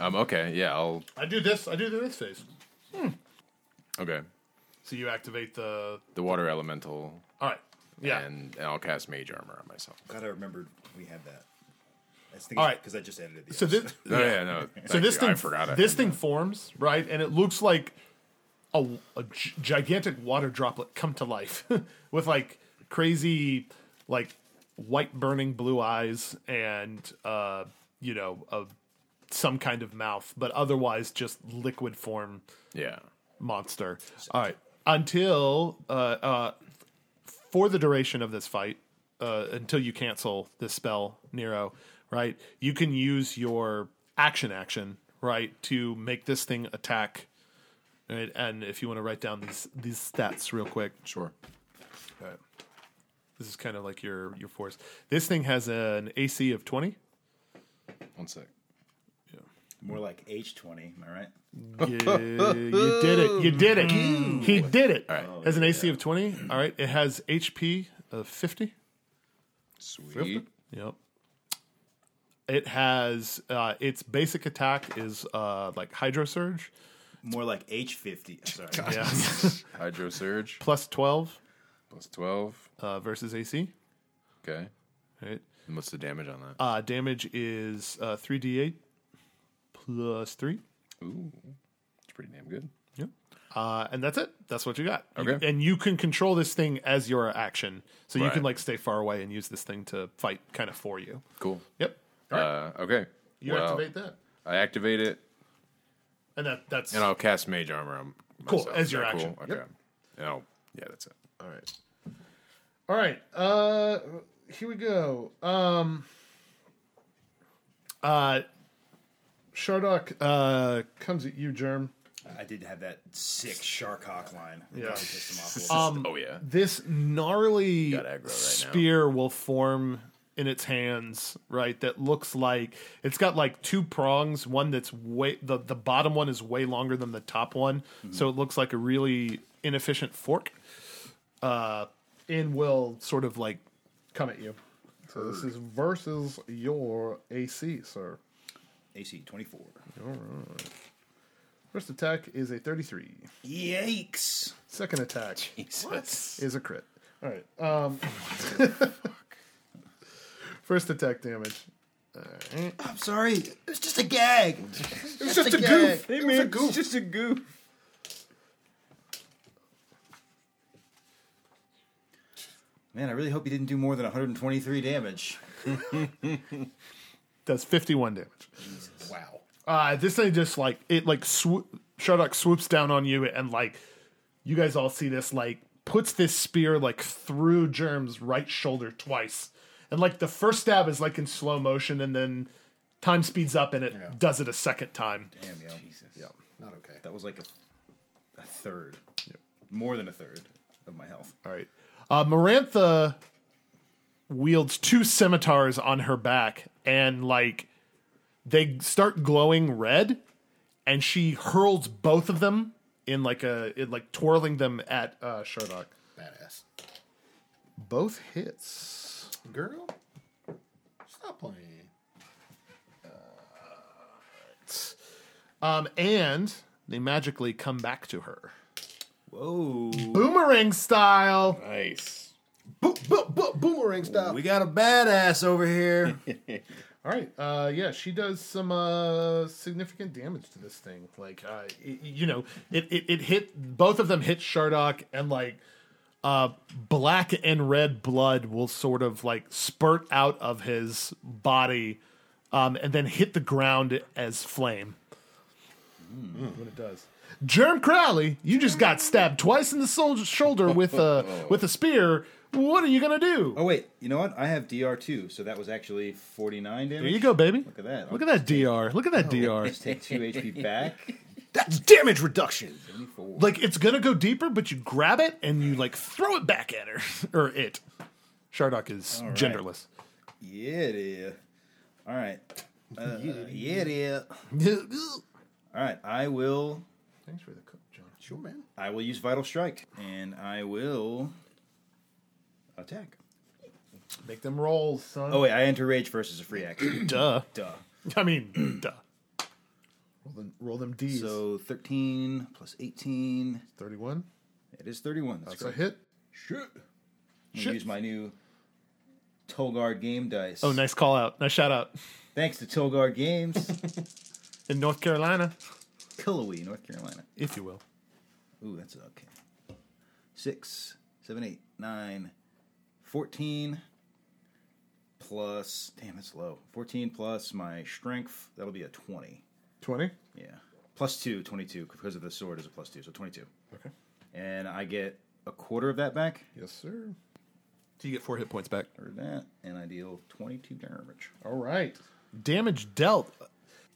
Speaker 6: Um. Okay. Yeah. I'll.
Speaker 3: i do this i do this phase
Speaker 6: Okay.
Speaker 3: so you activate the
Speaker 6: The water elemental.
Speaker 3: all right yeah
Speaker 6: And, and I'll cast mage armor on myself.
Speaker 5: God, I remembered we had that. I think
Speaker 3: All right.
Speaker 5: because I just edited the.
Speaker 3: so
Speaker 5: episode.
Speaker 3: this
Speaker 6: Oh, yeah. No.
Speaker 3: so this thing
Speaker 6: I forgot it.
Speaker 3: this thing forms right and it looks like a, a gi- gigantic water droplet come to life with like crazy like white burning blue eyes and uh you know a, some kind of mouth but otherwise just liquid form
Speaker 6: Yeah.
Speaker 3: monster all right until uh uh for the duration of this fight uh until you cancel this spell nero right you can use your action action right to make this thing attack right and if you want to write down these these stats real quick
Speaker 6: Sure.
Speaker 3: this is kind of like your your force this thing has an ac of 20
Speaker 6: One sec.
Speaker 5: More like H twenty. Am I right?
Speaker 3: Yeah, you did it. You did it. He did it. Has an AC of 20. All right. It has HP of 50.
Speaker 6: Sweet.
Speaker 3: Yep. It has uh, its basic attack is uh, like Hydro Surge.
Speaker 5: More like H fifty. Sorry.
Speaker 3: Yeah.
Speaker 6: Hydro surge
Speaker 3: Plus 12
Speaker 6: plus twelve.
Speaker 3: uh, versus AC.
Speaker 6: Okay.
Speaker 3: Right.
Speaker 6: And what's the damage on that?
Speaker 3: Uh, damage is uh, 3d8 plus 3.
Speaker 6: Ooh, it's pretty damn good.
Speaker 3: Uh, and that's it. That's what you got. You-
Speaker 6: Okay.
Speaker 3: and you can control this thing as your action, so you can
Speaker 6: Right.
Speaker 3: like stay far away and use this thing to fight kind of for you.
Speaker 6: Cool.
Speaker 3: Yep.
Speaker 6: Uh, okay.
Speaker 3: You
Speaker 6: Well,
Speaker 3: activate that,
Speaker 6: I activate it,
Speaker 3: and that that's
Speaker 6: and I'll cast mage armor on
Speaker 3: Cool,
Speaker 6: myself.
Speaker 3: as
Speaker 6: Is
Speaker 3: your
Speaker 6: that
Speaker 3: action.
Speaker 6: Cool?
Speaker 3: Yep.
Speaker 6: Okay. And I'll- yeah, that's it.
Speaker 7: All right.
Speaker 3: all right. Uh, here we go. Um, uh, Shardock uh, comes at you, Germ.
Speaker 5: I did have that sick shark hawk line. It
Speaker 3: Yeah.
Speaker 5: probably pissed him off a little
Speaker 3: Um,
Speaker 6: oh yeah.
Speaker 3: this gnarly
Speaker 6: aggro right now.
Speaker 3: spear will form in its hands, right? That looks like it's got like two prongs. One that's way the the bottom one is way longer than the top one,
Speaker 6: Mm-hmm.
Speaker 3: so it looks like a really inefficient fork. Uh, and will sort of like come at you. So this is versus your AC, sir.
Speaker 5: bit. AC 24.
Speaker 3: First attack is a thirty-three.
Speaker 5: Yikes.
Speaker 3: Second attack
Speaker 6: Jesus.
Speaker 3: is a crit. All right. Um, first attack damage.
Speaker 5: I'm sorry. It was just a gag.
Speaker 7: It's just, a
Speaker 5: gag.
Speaker 7: goof. It was a goof.
Speaker 8: just a goof.
Speaker 5: Man, I really hope you didn't do more than 123 damage.
Speaker 3: Does fifty-one damage.
Speaker 5: Wow.
Speaker 3: Uh, this thing just like it like swo- Shardock swoops down on you and like you guys all see this like puts this spear like through Germ's right shoulder twice and like the first stab is like in slow motion and then time speeds up and it does it a second time.
Speaker 5: Damn, yo. Jesus.
Speaker 7: Not okay.
Speaker 5: That was like a, a third. More than a third of my health.
Speaker 3: All right, uh, Marantha wields two scimitars on her back and like they start glowing red and she hurls both of them in like a in like twirling them at uh Shardock.
Speaker 7: Badass.
Speaker 3: Both hits.
Speaker 7: Girl, stop playing.
Speaker 3: Um, and they magically come back to her.
Speaker 5: Whoa.
Speaker 3: Boomerang style.
Speaker 6: Nice.
Speaker 7: Bo- bo- bo- boomerang style.
Speaker 5: We got a badass over here.
Speaker 3: All right. Uh, yeah, she does some uh, significant damage to this thing. Like, uh, it, you know, it, it, it hit both of them hit Shardock, and like uh, black and red blood will sort of like spurt out of his body, um, and then hit the ground as flame.
Speaker 5: Mm.
Speaker 3: What it does. Germ Crowley, you just got stabbed twice in the sol- shoulder with a with a spear. What are you gonna do?
Speaker 5: Oh, wait. You know what? I have DR2, so that was actually 49 damage.
Speaker 3: There you go, baby.
Speaker 5: Look at that.
Speaker 3: Look at that DR. Look at that DR.
Speaker 5: Just take 2 HP back.
Speaker 7: That's damage reduction.
Speaker 5: 74.
Speaker 3: Like it's gonna go deeper, but you grab it and you like throw it back at her or it. Shardock is
Speaker 5: right.
Speaker 3: genderless.
Speaker 5: Yeah, it is. All right. Uh, yeah, it is.
Speaker 3: Thanks
Speaker 5: All right. I will.
Speaker 3: for the cook, John.
Speaker 7: Sure, man.
Speaker 5: I will use vital strike, and I will attack.
Speaker 3: Make them rolls, son.
Speaker 5: Oh wait, I enter rage first as a free action.
Speaker 3: duh.
Speaker 5: Duh.
Speaker 3: I mean, duh. Roll them, roll them D's.
Speaker 5: So thirteen plus eighteen.
Speaker 3: Thirty-one.
Speaker 5: It is thirty-one. That's,
Speaker 3: That's a
Speaker 5: correct.
Speaker 3: hit.
Speaker 5: Shit. I'm
Speaker 3: Shit.
Speaker 5: gonna use my new Tolgard game dice.
Speaker 3: Oh, nice call out. Nice shout out
Speaker 5: Thanks to Tolgard Games,
Speaker 3: in North Carolina,
Speaker 5: Killowee, North Carolina.
Speaker 3: if you will.
Speaker 5: Ooh, that's okay. Six, seven, eight, nine, fourteen. Plus, damn, that's low. Fourteen plus my strength. That'll be a twenty.
Speaker 3: Twenty.
Speaker 5: Yeah. Plus two, 22, because of the sword is a plus two, so 22. Okay. And I get a quarter of that back,
Speaker 3: Yes, sir. Do you get four hit points back?
Speaker 5: or that, and I deal 22 damage.
Speaker 3: All right. Damage dealt.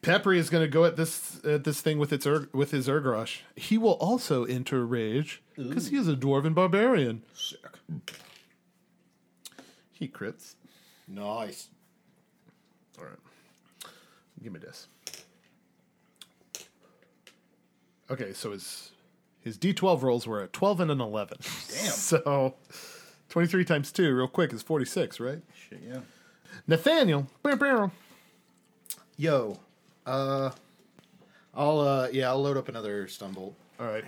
Speaker 3: Peppery is going to go at this at this thing with its Ur- with his Urgrosh. He will also enter rage because he is a dwarven barbarian. Sick. He crits.
Speaker 7: Nice.
Speaker 3: All right. Give me this. Okay, so his his d12 rolls were a 12 and an 11. Damn. So 23 times 2 real quick is 46, right?
Speaker 5: Shit, yeah.
Speaker 3: Nathaniel. Bow, bow.
Speaker 7: Yo, uh, I'll uh, yeah, I'll load up another stumble.
Speaker 3: All right.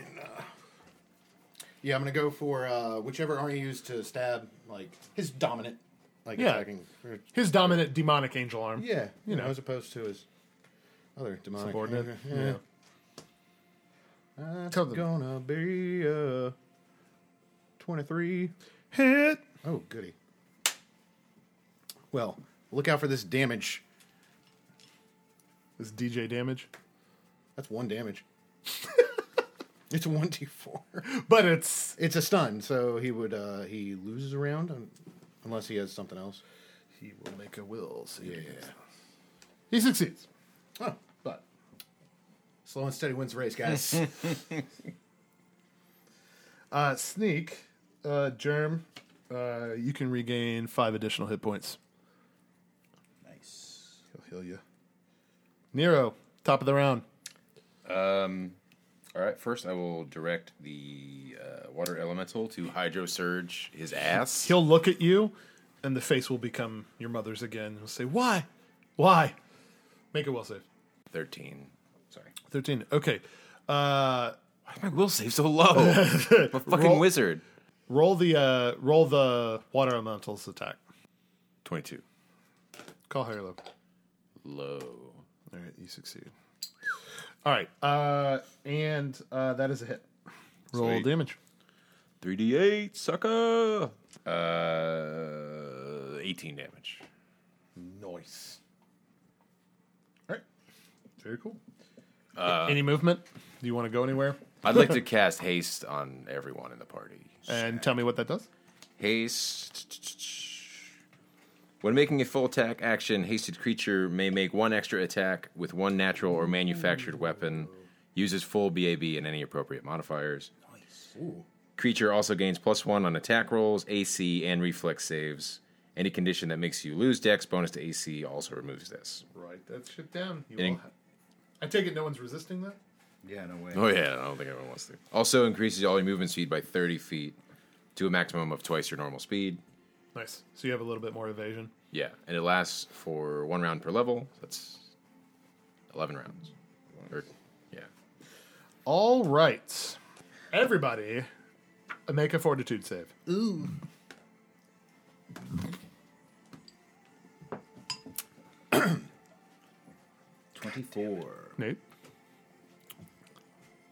Speaker 7: Yeah, I'm gonna go for uh, whichever arm you use to stab, like his dominant, like
Speaker 3: Yeah.
Speaker 7: attacking. or-
Speaker 3: His dominant demonic angel arm.
Speaker 7: yeah, you know, as opposed to his other demonic
Speaker 3: Subordinate,
Speaker 7: Yeah. That's
Speaker 3: Tell them.
Speaker 7: gonna be uh, 23.
Speaker 3: Hit.
Speaker 7: Oh, goody. Well, look out for this damage.
Speaker 3: Is DJ damage?
Speaker 7: That's one damage. it's 1d4.
Speaker 3: But it's
Speaker 7: It's a stun, so he would uh, he loses a round un- unless he has something else.
Speaker 3: he will make a will. So
Speaker 7: Yeah.
Speaker 3: He succeeds.
Speaker 7: Oh, but slow and steady wins the race, guys.
Speaker 3: Uh, sneak, uh, germ. Uh, you can regain five additional hit points.
Speaker 5: Nice.
Speaker 3: He'll heal you. Nero, top of the round.
Speaker 6: All right, first I will direct the uh, water elemental to hydro surge his ass.
Speaker 3: He'll look at you, and the face will become your mother's again. He'll say, "Why? Why?" Make a will save.
Speaker 6: Thirteen. Sorry.
Speaker 3: Thirteen. Okay. Uh,
Speaker 6: Why is my will save so low? I'm a fucking
Speaker 3: Roll-
Speaker 6: wizard.
Speaker 3: roll the uh, roll the water elemental's attack.
Speaker 6: Twenty-two.
Speaker 3: Call higher low.
Speaker 6: Low.
Speaker 3: All right, you succeed. All right, uh, and uh, that is a hit. Roll
Speaker 6: Sweet.
Speaker 3: damage.
Speaker 6: Three d eight, sucker. Uh, eighteen damage.
Speaker 3: Nice. All right. Very cool. Any movement? Do you want to go anywhere?
Speaker 6: I'd like to cast haste on everyone in the party.
Speaker 3: And tell me what that does.
Speaker 6: Haste. When making a full attack action, hasted creature may make one extra attack with one natural or manufactured weapon. Uses full BAB and any appropriate modifiers. Nice. Creature also gains plus one on attack rolls, AC, and reflex saves. Any condition that makes you lose dex bonus to AC also removes this.
Speaker 3: Write that shit down. You
Speaker 6: Any-
Speaker 3: all ha- I take it no one's resisting that?
Speaker 5: Yeah, no way.
Speaker 6: Oh, yeah, I don't think everyone wants to. Also increases all your movement speed by 30 feet to a maximum of twice your normal speed.
Speaker 3: Nice. So you have a little bit more evasion.
Speaker 6: Yeah, and it lasts for one round per level. So that's eleven rounds. Or, yeah.
Speaker 3: All right. Everybody, make a fortitude save.
Speaker 5: Twenty-four.
Speaker 3: Nate?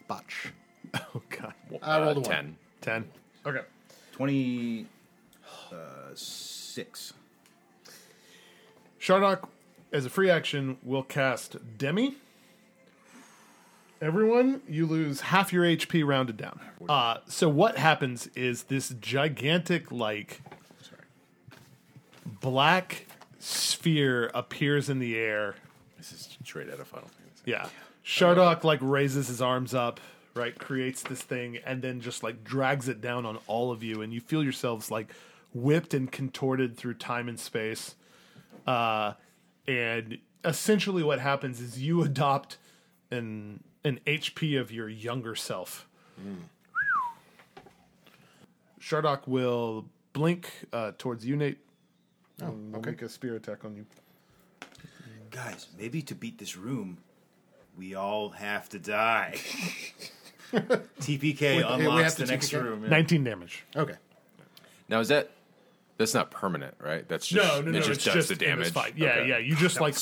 Speaker 7: Botch.
Speaker 3: Oh, God.
Speaker 7: I rolled a
Speaker 6: Uh,
Speaker 7: one.
Speaker 6: ten.
Speaker 3: 10. Okay.
Speaker 5: Twenty. Uh, six.
Speaker 3: Shardock, as a free action, will cast Demi. Everyone, you lose half your HP rounded down. Uh, so what happens is this gigantic, like, black sphere appears in the air.
Speaker 6: This is straight out of Final Fantasy.
Speaker 3: Yeah. Shardock, like, raises his arms up, right? Creates this thing, and then just, like, drags it down on all of you. And you feel yourselves, like, whipped and contorted through time and space Uh, and essentially what happens is you adopt an an HP of your younger self. Shardock will blink uh, towards you, Nate. Oh, okay. Make a spear attack on you.
Speaker 5: Guys, maybe to beat this room, we all have to die. TPK
Speaker 7: we
Speaker 5: unlocks
Speaker 7: have
Speaker 5: the
Speaker 7: to
Speaker 5: next
Speaker 7: TPK?
Speaker 5: room. yeah.
Speaker 3: Nineteen damage.
Speaker 7: Okay.
Speaker 6: Now is that that's not permanent, right? That's just
Speaker 3: No, no, no.
Speaker 6: it
Speaker 3: It's
Speaker 6: just
Speaker 3: just,
Speaker 6: does the
Speaker 3: in this
Speaker 6: damage.
Speaker 3: fight. Yeah,
Speaker 6: Okay.
Speaker 3: yeah. You just like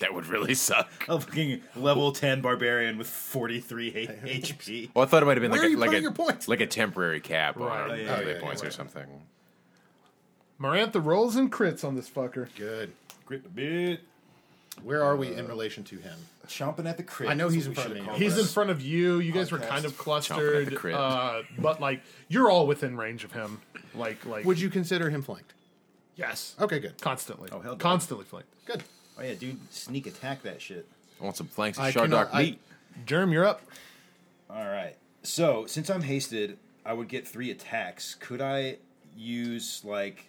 Speaker 6: That would really suck.
Speaker 5: A fucking level 10 barbarian with 43 H- HP.
Speaker 6: Well, I thought it might have been
Speaker 7: Where
Speaker 6: like
Speaker 7: are
Speaker 6: a,
Speaker 7: you
Speaker 6: like
Speaker 7: putting
Speaker 6: a
Speaker 7: your points?
Speaker 6: like a temporary cap
Speaker 3: Right.
Speaker 6: on
Speaker 3: Oh,
Speaker 6: our
Speaker 5: yeah,
Speaker 6: melee
Speaker 7: yeah,
Speaker 6: points
Speaker 7: yeah.
Speaker 6: or something.
Speaker 3: Marantha rolls and crits on this fucker.
Speaker 7: Good.
Speaker 5: Grit the bit.
Speaker 7: Where are we in relation to him?
Speaker 5: Chomping at the crit.
Speaker 7: I know
Speaker 5: That's what
Speaker 7: he's in
Speaker 5: we
Speaker 7: front of
Speaker 5: should've
Speaker 7: me.
Speaker 5: called
Speaker 3: He's
Speaker 5: this.
Speaker 3: in front of you. You guys were
Speaker 5: Podcast.
Speaker 3: kind of
Speaker 6: Chomping at
Speaker 3: clustered,
Speaker 6: the crit.
Speaker 3: uh, but like you're all within range of him. Like, like
Speaker 7: Would you consider him flanked?
Speaker 3: yes,
Speaker 7: Okay, good.
Speaker 3: constantly,
Speaker 5: Oh, hell yeah.
Speaker 3: constantly flanked.
Speaker 7: Good.
Speaker 5: Oh, yeah, dude, sneak attack that shit.
Speaker 6: I want some flanks of
Speaker 7: I
Speaker 6: Shardock
Speaker 7: cannot- I-
Speaker 6: meat.
Speaker 3: Germ, you're up.
Speaker 5: All right. So, since I'm hasted, I would get three attacks. Could I use, like,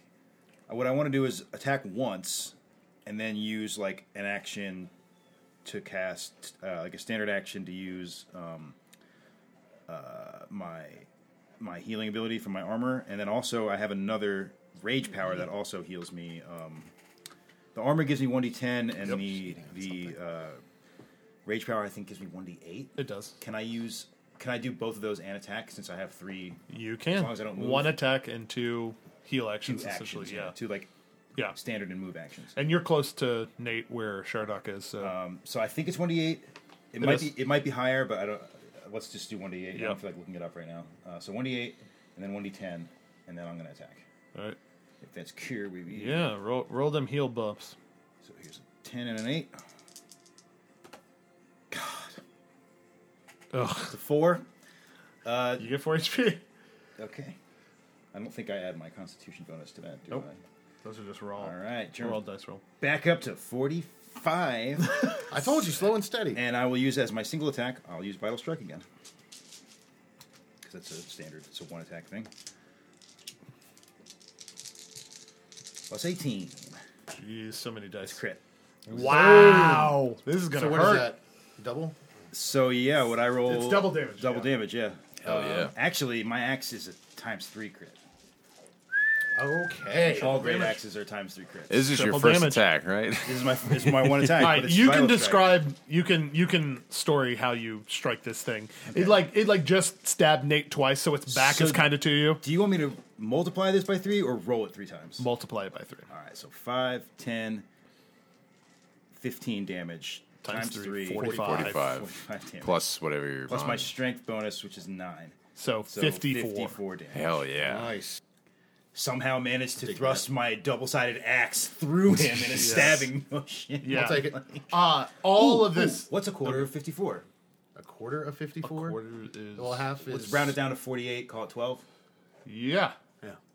Speaker 5: what I want to do is attack once and then use, like, an action to cast, uh, like, a standard action to use um, uh, my my healing ability from my armor. And then also, I have another rage power that also heals me. Um, the armor gives me 1d10, and the, the uh, rage power, I think, gives me 1d8.
Speaker 3: It does.
Speaker 5: Can I use? Can I do both of those and attack since I have three
Speaker 3: You can.
Speaker 5: As long as I don't move.
Speaker 3: One attack and two heal actions,
Speaker 5: actions?
Speaker 3: essentially.
Speaker 5: you know,
Speaker 3: yeah.
Speaker 5: two like
Speaker 3: Yeah.
Speaker 5: standard and move actions.
Speaker 3: And you're close to Nate where Shardock is. So.
Speaker 5: Um, so I think it's one d eight. It might
Speaker 3: is.
Speaker 5: be it might be higher, but I don't. let's just do 1d8. I
Speaker 3: Yeah.
Speaker 5: don't feel like looking it up right now. Uh, so 1d8, and then 1d10, and then I'm going to attack.
Speaker 3: All right.
Speaker 5: If that's cure, we be.
Speaker 3: Yeah, roll, roll them heel bumps.
Speaker 5: So here's a 10 and an 8.
Speaker 3: Ugh,
Speaker 5: It's a 4.
Speaker 3: you get 4 HP.
Speaker 5: Okay. I don't think I add my constitution bonus to that, do
Speaker 3: Nope. Those are just raw.
Speaker 5: I? All right,
Speaker 3: Raw
Speaker 5: Gerald.
Speaker 3: dice roll.
Speaker 5: Back up to 45,
Speaker 7: I told you, slow and steady.
Speaker 5: and I will use as my single attack, I'll use Vital Strike again. Because that's a standard, it's a one attack thing. Plus 18.
Speaker 3: Jeez, so many dice.
Speaker 5: Crit.
Speaker 3: Wow. This is going
Speaker 7: so
Speaker 3: to
Speaker 7: what is
Speaker 3: hurt.
Speaker 7: that? Double?
Speaker 5: So yeah, what I roll
Speaker 3: It's double damage,
Speaker 5: Double
Speaker 3: yeah.
Speaker 5: damage, yeah.
Speaker 6: Hell
Speaker 3: uh,
Speaker 6: yeah.
Speaker 5: Actually, my axe is a times three crit.
Speaker 7: Okay.
Speaker 5: All great axes are times three crits.
Speaker 6: This is your
Speaker 3: Triple
Speaker 6: first
Speaker 3: damage.
Speaker 6: attack, right?
Speaker 5: This is my this is my one attack.
Speaker 3: All
Speaker 5: but
Speaker 3: right,
Speaker 5: it's
Speaker 3: you
Speaker 5: Vital
Speaker 3: can
Speaker 5: Strike.
Speaker 3: describe you can you can story how you strike this thing. It like it like just stabbed Nate twice, so its back
Speaker 5: So-
Speaker 3: is kind of to you.
Speaker 5: Do you want me to multiply this by three or roll it three times?
Speaker 3: Multiply it by three.
Speaker 5: All right, so 5, 10, 15 damage
Speaker 3: Times three, 45.
Speaker 5: 45.
Speaker 6: 45.
Speaker 5: 45 damage.
Speaker 6: Plus whatever your
Speaker 5: Plus my
Speaker 6: bond-
Speaker 5: strength bonus, which is 9.
Speaker 3: So,
Speaker 5: So
Speaker 3: 54.
Speaker 5: 54 damage.
Speaker 6: Hell yeah.
Speaker 7: Nice.
Speaker 5: Somehow managed to thrust my double sided axe through him in a stabbing motion.
Speaker 3: Yeah.
Speaker 7: I'll take it.
Speaker 3: Uh, all of this.
Speaker 5: What's a quarter of 54?
Speaker 7: A quarter of 54?
Speaker 3: is,
Speaker 7: Well, half is.
Speaker 5: Let's round it down to 48, call it 12.
Speaker 3: yeah.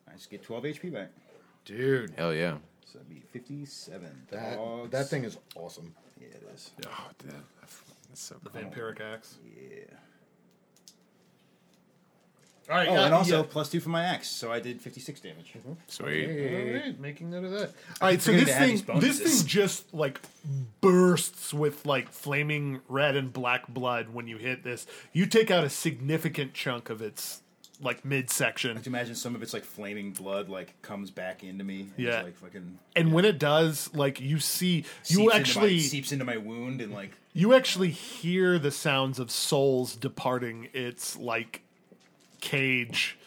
Speaker 5: I just get 12 HP back.
Speaker 7: Dude,
Speaker 6: Hell yeah.
Speaker 5: So that'd be 57.
Speaker 7: that,
Speaker 5: Dogs.
Speaker 7: that thing is awesome.
Speaker 5: Yeah, it is.
Speaker 6: Oh, dude, that's so cool.
Speaker 3: Vampiric axe.
Speaker 5: Yeah.
Speaker 3: All right.
Speaker 5: Oh,
Speaker 3: yeah,
Speaker 5: and also
Speaker 3: yeah.
Speaker 5: plus two for my axe, so I did 56 damage.
Speaker 6: Sweet.
Speaker 3: All right, making note of that. All right, so
Speaker 5: forgetting
Speaker 3: this
Speaker 5: to add
Speaker 3: thing,
Speaker 5: these
Speaker 3: this
Speaker 5: bonuses.
Speaker 3: thing just like bursts with like flaming red and black blood when you hit this. You take out a significant chunk of its like midsection,
Speaker 5: Could you imagine some of its like flaming blood like comes back into me? And
Speaker 3: Yeah.
Speaker 5: Just, like fucking.
Speaker 3: and when it does, like you see,
Speaker 5: seeps
Speaker 3: you
Speaker 5: into my-
Speaker 3: actually
Speaker 5: seeps into my wound and like
Speaker 3: you actually hear the sounds of souls departing its like cage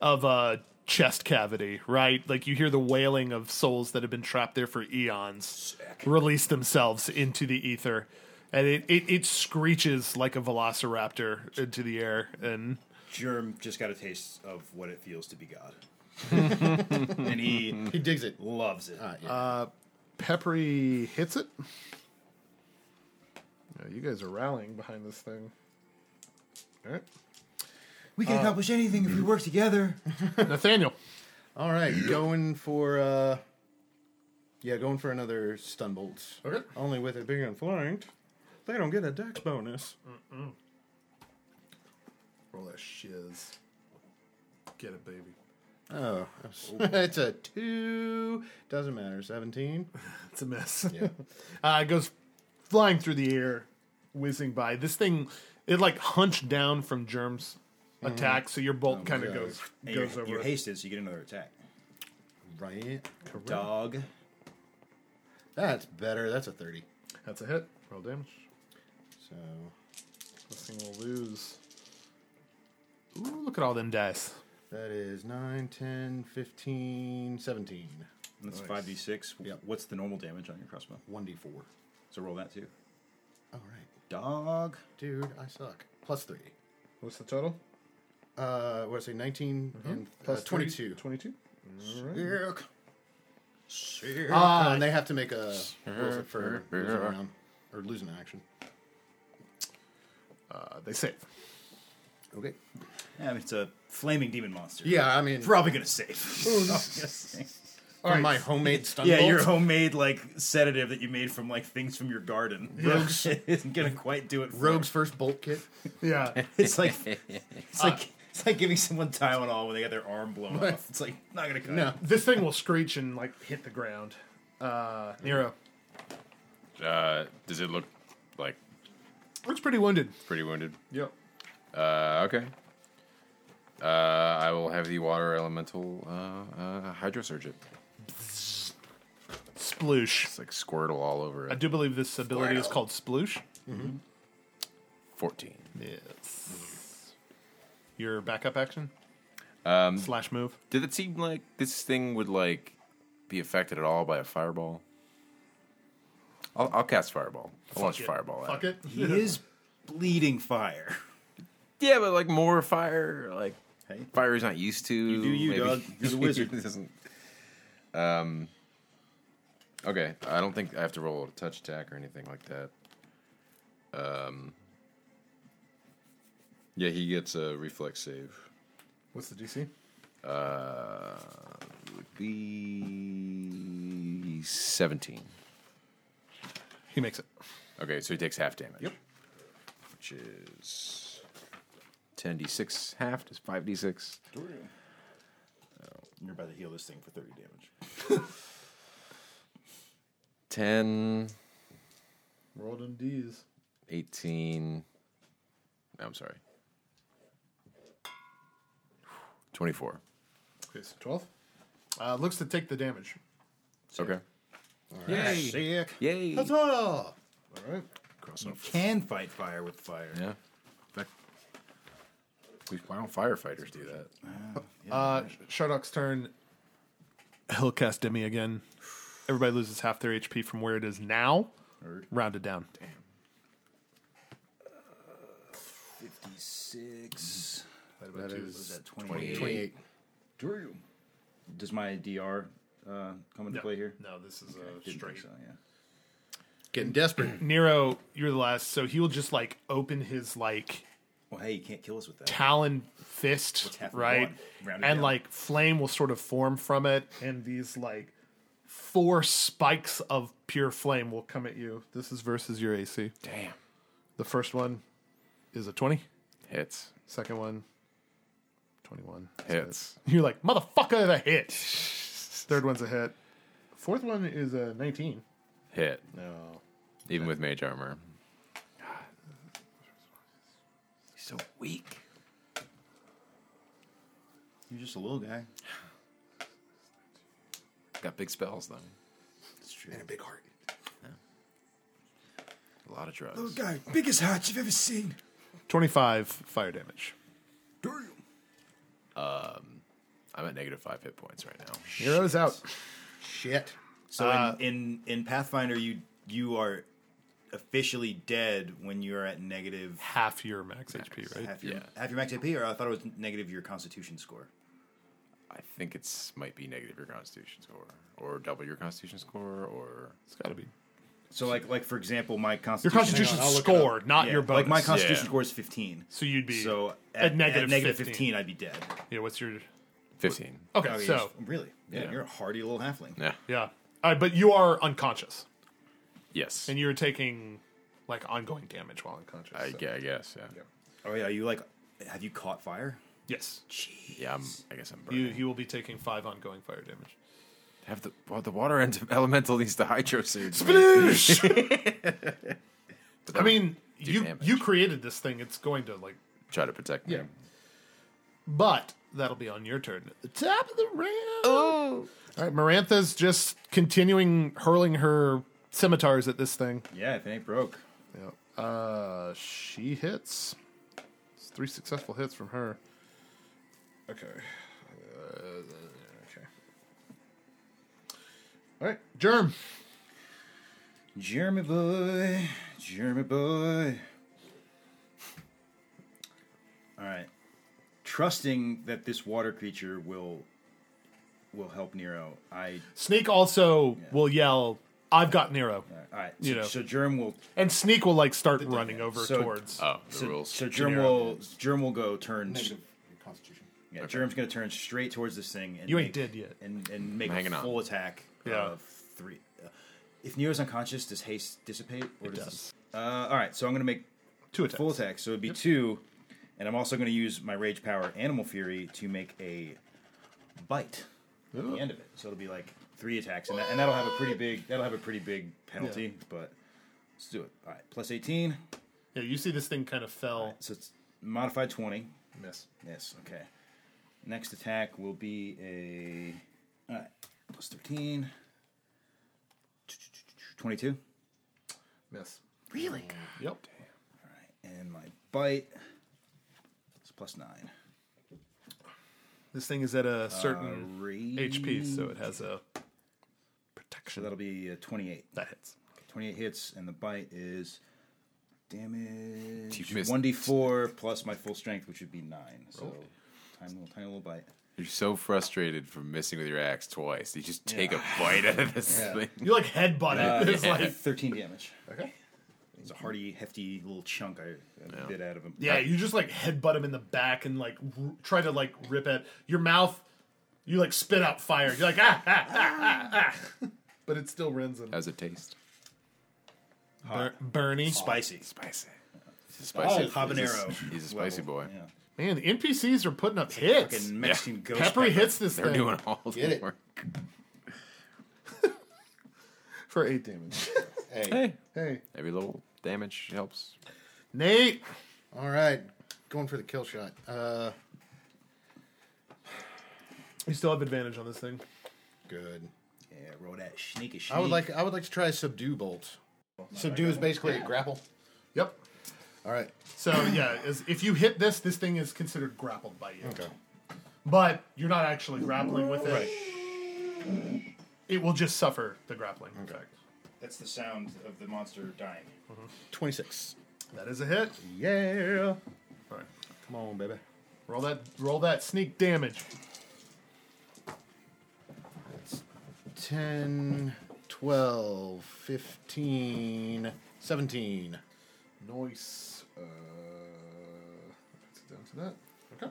Speaker 3: of a chest cavity, right? Like you hear the wailing of souls that have been trapped there for eons release themselves into the ether. And it, it, it screeches like a velociraptor into the air and
Speaker 5: germ just got a taste of what it feels to be god, and he
Speaker 7: He digs it.
Speaker 5: loves it.
Speaker 7: Ah, yeah.
Speaker 3: Peppery hits it. you guys are rallying behind this thing. All right.
Speaker 5: we
Speaker 3: Uh,
Speaker 5: can accomplish anything if we work together.
Speaker 3: Nathaniel.
Speaker 7: All right, going for uh yeah, going for another stun bolt.
Speaker 3: Okay.
Speaker 7: Only with it being flanked, they don't get a dex bonus.
Speaker 3: Roll that shiz. Get it, baby.
Speaker 7: Oh, it's a two. Doesn't matter. Seventeen.
Speaker 3: It's a miss. uh, it goes flying through the air, whizzing by. This thing, it like hunched down from Germ's attack, so your bolt kind of
Speaker 7: God.
Speaker 3: goes
Speaker 5: And
Speaker 3: goes
Speaker 5: you're,
Speaker 3: over.
Speaker 5: you're hasted, so you get another attack.
Speaker 7: Right.
Speaker 5: Dog.
Speaker 7: That's better. That's a thirty.
Speaker 3: That's a hit. Roll damage.
Speaker 7: So
Speaker 3: This thing will lose. Ooh, look at all them dice.
Speaker 7: that is 9, 10, 15, 17.
Speaker 5: And That's five d six.
Speaker 7: Yep.
Speaker 5: What's the normal damage on your crossbow?
Speaker 7: 1d4.
Speaker 5: So roll that too.
Speaker 7: All right.
Speaker 5: Dog.
Speaker 7: Dude, I suck. Plus three.
Speaker 3: What's the total? Mm-hmm.
Speaker 7: Uh, what did I say? 19 and uh, 22.
Speaker 3: 22.
Speaker 5: Sick.
Speaker 7: Uh, and they have to make a what was it for losing a round or losing an action.
Speaker 3: Uh, they save.
Speaker 7: Okay.
Speaker 5: Yeah, I mean, it's a flaming demon monster.
Speaker 7: Yeah, I mean,
Speaker 5: Probably gonna save.
Speaker 7: from my homemade stun
Speaker 5: Yeah,
Speaker 7: bolt.
Speaker 5: your homemade like sedative that you made from like things from your garden. Rogues isn't gonna quite do it. For
Speaker 7: rogue's Uh, first bolt kit.
Speaker 3: Yeah.
Speaker 5: you. It's like it's like it's like giving someone Tylenol when they got their arm blown off. It's like not gonna cut.
Speaker 7: No.
Speaker 3: this thing will screech and like hit the ground. Uh, Nero.
Speaker 6: Uh, does it look like
Speaker 3: Looks pretty wounded.
Speaker 6: pretty wounded?
Speaker 3: Yep.
Speaker 6: Uh, okay. Uh, I will have the water elemental uh, uh, hydrosurge it.
Speaker 3: Sploosh.
Speaker 6: It's like Squirtle all over
Speaker 3: I
Speaker 6: it.
Speaker 3: do believe this ability is called Sploosh.
Speaker 6: 14.
Speaker 3: Yes. Your backup action? Mm-hmm. Um, Slash move?
Speaker 6: Did it seem like this thing would like be affected at all by a fireball? I'll, I'll cast fireball. I'll launch
Speaker 3: Fuck it.
Speaker 6: fireball.
Speaker 3: Fuck
Speaker 6: at
Speaker 3: it.
Speaker 5: He is bleeding fire.
Speaker 6: Yeah, but like more fire, like fire he's not used to. You
Speaker 5: do you, dog. You're the wizard.
Speaker 6: um. Okay, I don't think I have to roll a touch attack or anything like that. Um. Yeah, he gets a reflex save.
Speaker 3: What's the DC?
Speaker 6: Uh, would be seventeen.
Speaker 3: He makes it.
Speaker 6: Okay, so he takes half damage. Yep. Which is 10d6 half is 5d6.
Speaker 5: You're about to heal this thing for 30 damage.
Speaker 6: 10,
Speaker 3: Roll them D's.
Speaker 6: 18. No, I'm sorry. 24.
Speaker 3: Okay, so 12. Uh, looks to take the damage.
Speaker 6: Okay.
Speaker 5: Sick.
Speaker 6: Yay.
Speaker 7: Oh,
Speaker 3: All right.
Speaker 5: Can fight fire with fire.
Speaker 6: Yeah. We- Why don't firefighters do that?
Speaker 3: Uh, Shardok's turn. He'll cast Demi again. Everybody loses half their HP from where it is now. Rounded down.
Speaker 5: 56.
Speaker 7: that is
Speaker 5: Is that 28?
Speaker 7: 28.
Speaker 5: Drew. Does my DR uh, come into play here? Uh,
Speaker 3: No, this
Speaker 7: Uh,
Speaker 3: is a
Speaker 5: Didn't
Speaker 3: straight.
Speaker 5: think so, yeah.
Speaker 7: Getting desperate.
Speaker 3: Nero, you're the last. So he'll just like open his like
Speaker 5: Well, hey, you can't kill us with that.
Speaker 3: talon fist,
Speaker 5: half of
Speaker 3: right?
Speaker 5: one. Round it
Speaker 3: And
Speaker 5: down.
Speaker 3: like flame will sort of form from it, and these like four spikes of pure flame will come at you. This is versus your AC.
Speaker 6: Damn.
Speaker 3: The first one is a 20,
Speaker 6: Hits.
Speaker 3: second one, 21.
Speaker 6: Hits.
Speaker 3: You're like, motherfucker, the hit. Third one's a hit. Fourth one is a 19.
Speaker 6: Hit. No. Even with mage armor. He's so weak.
Speaker 5: You're just a little guy.
Speaker 6: Got big spells, though.
Speaker 5: That's true.
Speaker 4: And a big heart.
Speaker 6: A lot of drugs.
Speaker 4: guy, biggest heart you've ever seen.
Speaker 3: 25 fire damage.
Speaker 4: Damn.
Speaker 6: I'm at negative five hit points right now.
Speaker 3: Nero's out.
Speaker 7: Shit.
Speaker 5: So
Speaker 3: Uh,
Speaker 5: in, in in Pathfinder, you you are officially dead when you are at negative
Speaker 3: Half your max HP, right?
Speaker 5: half your,
Speaker 6: Yeah.
Speaker 5: half your max AP, or I thought it was negative your Constitution score.
Speaker 6: I think it's might be negative your constitution score, or double your constitution score, or
Speaker 3: It's got to be.
Speaker 5: So like like for example, my
Speaker 3: Your
Speaker 5: Constitution.
Speaker 3: constitution
Speaker 7: I'll look it
Speaker 3: score, not
Speaker 5: Yeah,
Speaker 3: your bonus.
Speaker 5: Like my Constitution
Speaker 6: Yeah.
Speaker 5: score is 15.
Speaker 3: So you'd be
Speaker 5: so
Speaker 3: at negative 15.
Speaker 5: 15. I'd be dead.
Speaker 3: Yeah, what's your.
Speaker 6: fifteen.
Speaker 3: Okay,
Speaker 5: Oh,
Speaker 3: so.
Speaker 5: yes. really, yeah,
Speaker 6: Yeah.
Speaker 5: you're a hardy little halfling.
Speaker 6: Yeah.
Speaker 3: Yeah. All right, but you are unconscious,
Speaker 6: Yes.
Speaker 3: and you're taking like ongoing damage while unconscious.
Speaker 6: I,
Speaker 3: so-
Speaker 6: gue- I guess. Yeah.
Speaker 5: Oh yeah, you like, have you caught fire?
Speaker 3: Yes.
Speaker 6: Yeah. I'm, I guess I'm burning.
Speaker 3: You, you will be taking five ongoing fire damage.
Speaker 6: Have the well, the water end elemental needs the hydro surge.
Speaker 3: I mean, you
Speaker 6: damage.
Speaker 3: you created this thing. It's going to like,
Speaker 6: try to protect me.
Speaker 3: Yeah. but that'll be on your turn at the top of the round. All right, Marantha's just continuing hurling her scimitars at this thing.
Speaker 5: Yeah, if it ain't broke.
Speaker 3: Yeah. Uh, she hits. It's three successful hits from her. Okay. Uh, okay. All right, Germ.
Speaker 5: Jeremy boy, Jeremy boy. All right, trusting that this water creature will will help Nero. I
Speaker 3: Sneak also will yell, "I've got Nero,"
Speaker 5: all right. So,
Speaker 3: You know.
Speaker 5: so Germ will
Speaker 3: and Sneak will like start running over
Speaker 5: So-
Speaker 3: towards.
Speaker 6: Oh, the
Speaker 5: so,
Speaker 6: rules.
Speaker 5: So Germ will Germ will go turn.
Speaker 7: Negative constitution.
Speaker 5: Yeah, Germ's gonna turn straight towards this thing. And
Speaker 3: You ain't
Speaker 5: make-
Speaker 3: dead yet.
Speaker 5: And and make
Speaker 6: I'm hanging
Speaker 5: a
Speaker 6: on.
Speaker 5: full attack.
Speaker 3: Yeah.
Speaker 5: Of three. Uh, if Nero's unconscious, does haste dissipate? Or does this- Uh, all right, so I'm gonna make
Speaker 3: Two attacks.
Speaker 5: full attack. So it'd be two, and I'm also gonna use my rage power, animal fury, to make a bite at the end of it. So it'll be like three attacks, and, that, and that'll have a pretty big that'll have a pretty big penalty. But let's do it. All right, plus 18.
Speaker 3: Yeah, you see this thing kind of fell.
Speaker 5: So it's modified 20.
Speaker 3: Miss.
Speaker 5: Yes, okay. Next attack will be a all right, plus 13. 22.
Speaker 3: Miss.
Speaker 5: Really?
Speaker 3: Yep.
Speaker 5: And my bite is plus 9.
Speaker 3: This thing is at
Speaker 5: Uh,
Speaker 3: a certain
Speaker 5: Three.
Speaker 3: HP, so it has a
Speaker 5: So
Speaker 3: protection
Speaker 5: that'll be uh, a 28.
Speaker 3: that hits.
Speaker 5: 28 hits, and the bite is damage.
Speaker 6: You missed.
Speaker 5: 1d4 plus my full strength, which would be 9. So, tiny little, tiny little bite.
Speaker 8: You're so frustrated from missing with your axe twice. You just take a bite out of this
Speaker 5: Yeah.
Speaker 8: thing.
Speaker 3: You like headbutt it. It's like
Speaker 5: 13 damage. Okay. It's a hearty, hefty little chunk I, I bit out of him.
Speaker 3: yeah, you just like headbutt him in the back and like r- try to like rip at your mouth. You like spit out fire. You're like ah ah ah ah, ah. but it still rends him.
Speaker 8: How's it taste?
Speaker 3: Ber- Bernie,
Speaker 5: Spicy.
Speaker 8: Spicy. He's a spicy.
Speaker 5: Oh, habanero
Speaker 8: He's a, he's a spicy boy.
Speaker 5: Yeah.
Speaker 3: man, the NPCs are putting up hits.
Speaker 5: Fucking Mexican ghost
Speaker 3: Peppery
Speaker 5: pepper.
Speaker 3: hits this
Speaker 8: They're
Speaker 3: thing
Speaker 8: doing all the
Speaker 7: Get it.
Speaker 8: work.
Speaker 3: for eight damage.
Speaker 7: Hey.
Speaker 8: Hey,
Speaker 7: Hey.
Speaker 8: every little damage helps.
Speaker 3: Nate,
Speaker 7: All right. Going for the kill shot. Uh,
Speaker 3: you still have advantage on this thing.
Speaker 7: good.
Speaker 5: Yeah, roll that sneaky sneak.
Speaker 7: I would like. I would like to try subdue bolt. Subdue is basically a grapple.
Speaker 3: Yep.
Speaker 7: All right.
Speaker 3: So yeah, as, if you hit this, this thing is considered grappled by you. But you're not actually grappling with it. It will just suffer the grappling effect.
Speaker 5: That's the sound of the monster dying.
Speaker 7: Twenty six.
Speaker 3: That is a hit.
Speaker 7: Yeah.
Speaker 3: All right.
Speaker 7: Come on, baby.
Speaker 3: Roll that. Roll that sneak damage.
Speaker 7: It's 10, 12, 15, 17.
Speaker 3: Noise.
Speaker 7: Uh, down to that. Okay.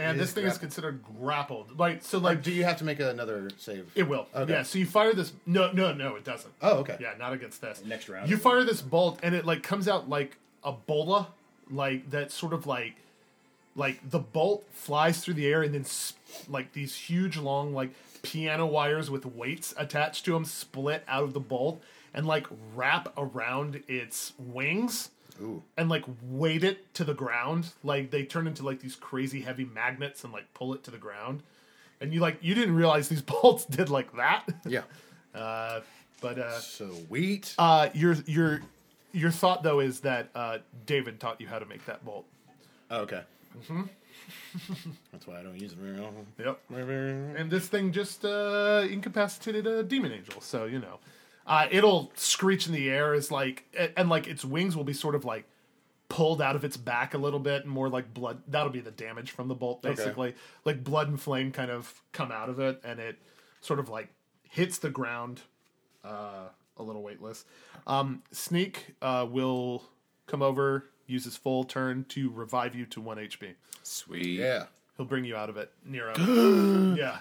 Speaker 3: And this thing is considered grappled. Like so, like
Speaker 7: Do you have to make another save?
Speaker 3: It will.
Speaker 7: Okay.
Speaker 3: Yeah. So you fire this. No, no, no. It doesn't.
Speaker 7: Oh, okay.
Speaker 3: Yeah, not against this.
Speaker 5: Next round.
Speaker 3: You fire this bolt, and it like comes out like a bola, like that sort of like, like the bolt flies through the air, and then sp- like these huge long like piano wires with weights attached to them split out of the bolt and like wrap around its wings. And like weight it to the ground, like they turn into like these crazy heavy magnets and like pull it to the ground. And you like you didn't realize these bolts did like that,
Speaker 7: Yeah.
Speaker 3: uh, but uh,
Speaker 7: Sweet.
Speaker 3: uh, your your your thought though is that uh, David taught you how to make that bolt.
Speaker 7: oh, okay. Mm-hmm. That's why I don't use it very often.
Speaker 3: Yep. And this thing just uh, incapacitated a demon angel, so you know, uh, it'll screech in the air as like a- and like its wings will be sort of like pulled out of its back a little bit and more like blood that'll be the damage from the bolt basically like blood and flame kind of come out of it and it sort of like hits the ground uh, a little weightless. Um, Sneak uh, will come over, use his full turn to revive you to one HP.
Speaker 8: Sweet.
Speaker 7: Yeah.
Speaker 3: He'll bring you out of it, Nero. yeah,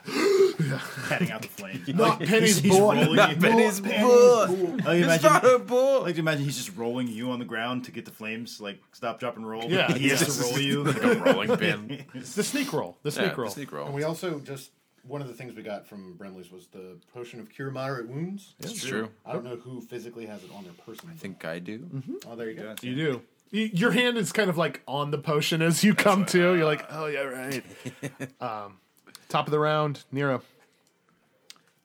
Speaker 5: Patting out the flame.
Speaker 3: not pennies
Speaker 5: he's
Speaker 3: boy.
Speaker 5: rolling.
Speaker 3: Not
Speaker 5: Penny's
Speaker 6: bull.
Speaker 5: I like, to
Speaker 6: It's
Speaker 5: imagine,
Speaker 6: not
Speaker 5: I
Speaker 6: a bull.
Speaker 5: like to imagine he's just rolling you on the ground to get the flames, like stop, drop, and roll.
Speaker 3: Yeah.
Speaker 5: he has to roll you.
Speaker 8: Like a rolling pin.
Speaker 3: The sneak roll. The sneak
Speaker 8: yeah,
Speaker 3: roll.
Speaker 8: sneak
Speaker 7: And
Speaker 8: roll.
Speaker 7: we also just, one of the things we got from Bremley's was the potion of cure moderate wounds.
Speaker 8: It's true.
Speaker 7: I don't know who physically has it on their person. I
Speaker 8: I think I do.
Speaker 3: Mm-hmm.
Speaker 7: Oh, there you go.
Speaker 3: You do. Y- Your hand is kind of like on the potion as you come to. You're like, oh yeah, right. um, top of the round, Nero.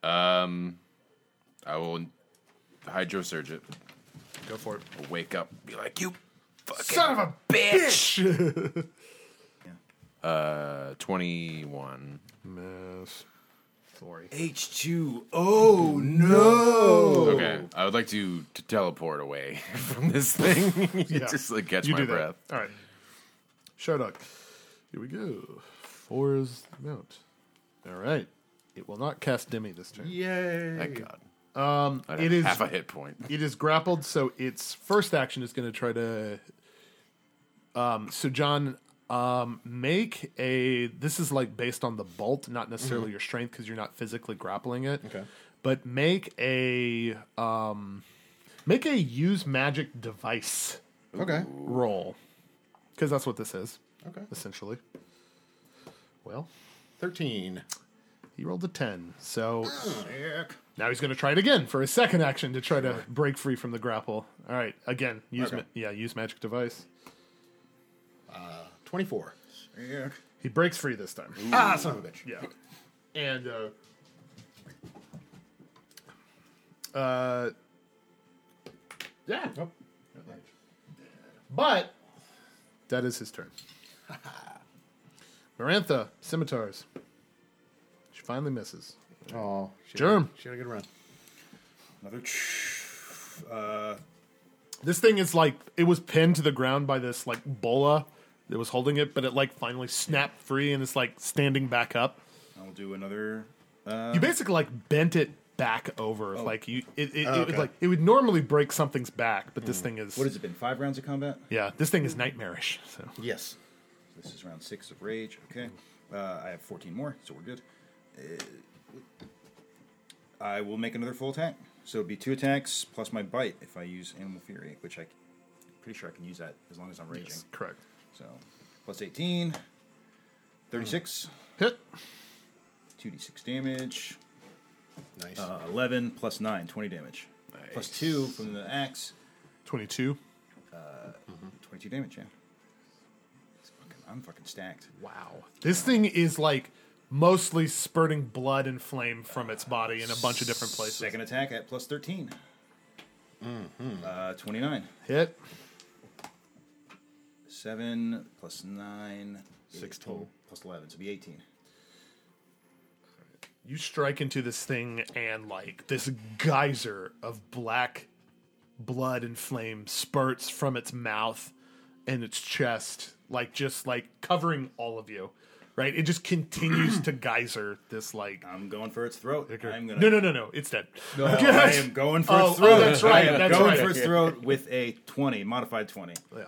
Speaker 8: I will hydrosurge it.
Speaker 3: Go for it.
Speaker 8: I'll wake up and be like, you
Speaker 3: Son of a bitch.
Speaker 8: uh, 21.
Speaker 3: Miss. Sorry.
Speaker 5: H2. Oh, no.
Speaker 8: Okay. I would like to, to teleport away from this thing. Just like catch
Speaker 3: You
Speaker 8: my
Speaker 3: do that.
Speaker 8: breath.
Speaker 3: All right. Shardock. Here we go. Four is the mount. All right. It will not cast Demi this turn.
Speaker 7: Yay.
Speaker 8: Thank God. Um, I
Speaker 3: it
Speaker 8: have
Speaker 3: is-
Speaker 8: half a hit point.
Speaker 3: It is grappled, so its first action is going to try to. Um, so John, um, make a. This is like based on the bolt, not necessarily your strength, because you're not physically grappling it. Okay. But make a um, make a use magic device
Speaker 7: Okay.
Speaker 3: roll, because that's what this is
Speaker 7: Okay.
Speaker 3: essentially. Well,
Speaker 7: 13.
Speaker 3: he rolled a ten, so now he's going to try it again for his second action to try to break free from the grapple. All right, again, use ma- yeah, use magic device.
Speaker 7: 24.
Speaker 3: He breaks free this time.
Speaker 7: Ah, son of a bitch.
Speaker 3: Yeah, and uh, uh, yeah, but that is his turn. Marantha scimitars. She finally misses.
Speaker 7: Oh,
Speaker 3: Germ.
Speaker 7: She had a good run.
Speaker 5: Another. Ch- uh,
Speaker 3: This thing is like it was pinned to the ground by this like bola that was holding it, but it like finally snapped free and it's like standing back up.
Speaker 5: I'll do another.
Speaker 3: you basically like bent it back over, like you it, it, it would
Speaker 7: okay.
Speaker 3: like it would normally break something's back, but this thing is
Speaker 5: What has it been? Five rounds of combat.
Speaker 3: yeah, this thing is nightmarish. So
Speaker 7: Yes.
Speaker 5: This is round six of rage. Okay, uh, I have 14 more, so we're good. Uh, I will make another full attack. So it'd be two attacks plus my bite if I use animal fury, which I pretty sure I can use that as long as I'm raging.
Speaker 3: correct.
Speaker 5: So plus 18, 36,
Speaker 3: Hit
Speaker 5: 2d6 damage,
Speaker 7: Nice.
Speaker 5: uh, 11 plus 9, 20 damage. Plus 2 from the axe,
Speaker 3: twenty two.
Speaker 5: 22 damage, yeah. It's fucking- I'm fucking stacked.
Speaker 3: Wow. This thing is like mostly spurting blood and flame from its body in a bunch of different places.
Speaker 5: Second attack at plus 13.
Speaker 7: Mm-hmm.
Speaker 5: Uh, 29.
Speaker 3: Hit.
Speaker 5: 7 plus 9.
Speaker 7: Six
Speaker 5: eight,
Speaker 7: total.
Speaker 5: Plus 11, so it'd be 18.
Speaker 3: You strike into this thing, and like this geyser of black blood and flame spurts from its mouth and its chest, like just like covering all of you. Right? It just continues to geyser this like.
Speaker 5: I'm going for its throat. I'm gonna,
Speaker 3: No, no, no, no. It's dead.
Speaker 5: No, I am going for
Speaker 3: Oh, oh,
Speaker 5: its throat.
Speaker 3: that's right,
Speaker 5: I am
Speaker 3: that's
Speaker 5: going
Speaker 3: right.
Speaker 5: for its throat with a 20, modified 20.
Speaker 3: Yeah.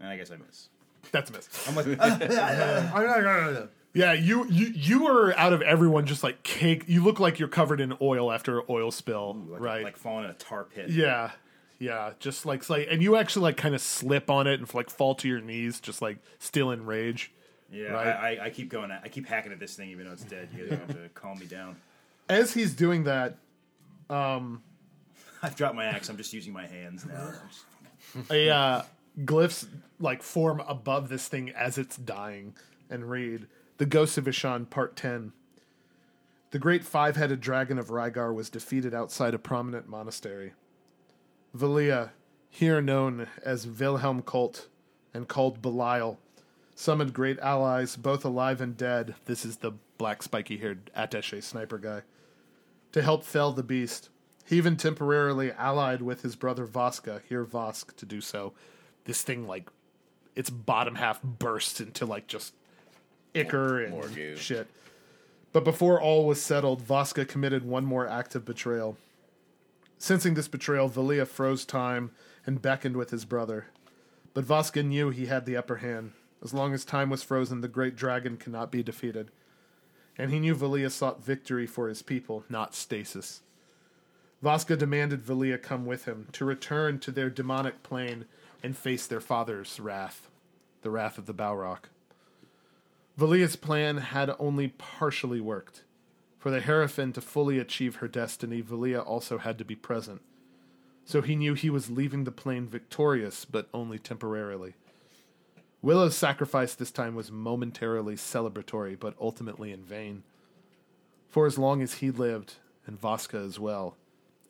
Speaker 5: And I guess I miss.
Speaker 3: That's a miss.
Speaker 5: I'm like,
Speaker 3: Yeah, you you you were out of everyone just like cake. You look like you're covered in oil after an oil spill,
Speaker 5: like,
Speaker 3: right?
Speaker 5: like falling in a tar pit.
Speaker 3: yeah, yeah, just like like, and you actually like kind of slip on it and like fall to your knees, just like still in rage.
Speaker 5: Yeah,
Speaker 3: Right.
Speaker 5: I, I, I keep going. At, I keep hacking at this thing, even though it's dead. You guys have to calm me down.
Speaker 3: As he's doing that,
Speaker 5: I've dropped my axe. I'm just using my hands now. I'm just-
Speaker 3: a uh, glyphs like form above this thing as it's dying and read the ghost of ishan part 10 the great five-headed dragon of rygar was defeated outside a prominent monastery valia here known as wilhelm colt and called belial summoned great allies both alive and dead this is the black spiky-haired attache sniper guy to help fell the beast. He even temporarily allied with his brother Voska, here Vosk, to do so. This thing, like, its bottom half bursts into, like, just ichor and
Speaker 6: goo.
Speaker 3: shit. But before all was settled, Voska committed one more act of betrayal. Sensing this betrayal, Valia froze time and beckoned with his brother. But Voska knew he had the upper hand. As long as time was frozen, the great dragon could not be defeated and he knew Valia sought victory for his people, not stasis. Vasca demanded Valia come with him to return to their demonic plane and face their father's wrath, the wrath of the Balrog. Valia's plan had only partially worked. For the Hierophant to fully achieve her destiny, Valia also had to be present. So he knew he was leaving the plane victorious, but only temporarily. Willow's sacrifice this time was momentarily celebratory, but ultimately in vain. For as long as he lived, and Vasca as well,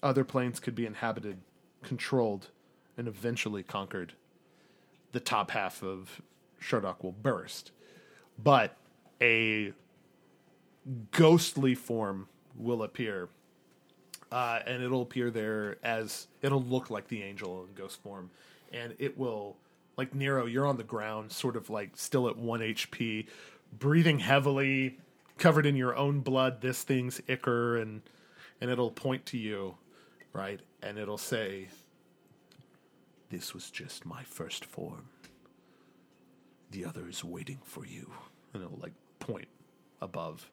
Speaker 3: other planes could be inhabited, controlled, and eventually conquered. The top half of Sherdock will burst, but a ghostly form will appear. Uh, and it'll appear there as it'll look like the angel in ghost form, and it will like Nero. You're on the ground, sort of like still at one HP, breathing heavily, covered in your own blood. This thing's ichor, and and it'll point to you, right? And it'll say, "This was just my first form. The other is waiting for you." And it'll like point above.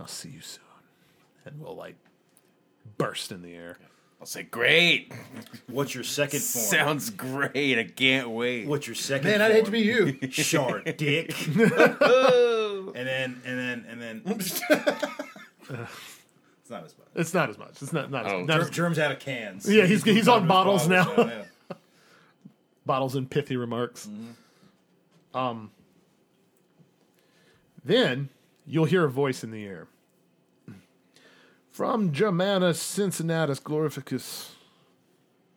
Speaker 3: I'll see you soon and will like burst in the air.
Speaker 8: I'll say, great.
Speaker 5: What's your second form?
Speaker 8: Sounds great. I can't wait.
Speaker 5: What's your second?
Speaker 7: Man, I'd hate to be you.
Speaker 5: shard dick. and then and then and then. it's not as bad.
Speaker 3: It's not as much. It's not not as,
Speaker 6: Oh,
Speaker 3: not as-
Speaker 5: Germs out of cans.
Speaker 3: Yeah, he's- he's on bottles now.
Speaker 5: yeah.
Speaker 3: bottles and pithy remarks. Um, then you'll hear a voice in the air. From Germanus Cincinnatus Glorificus,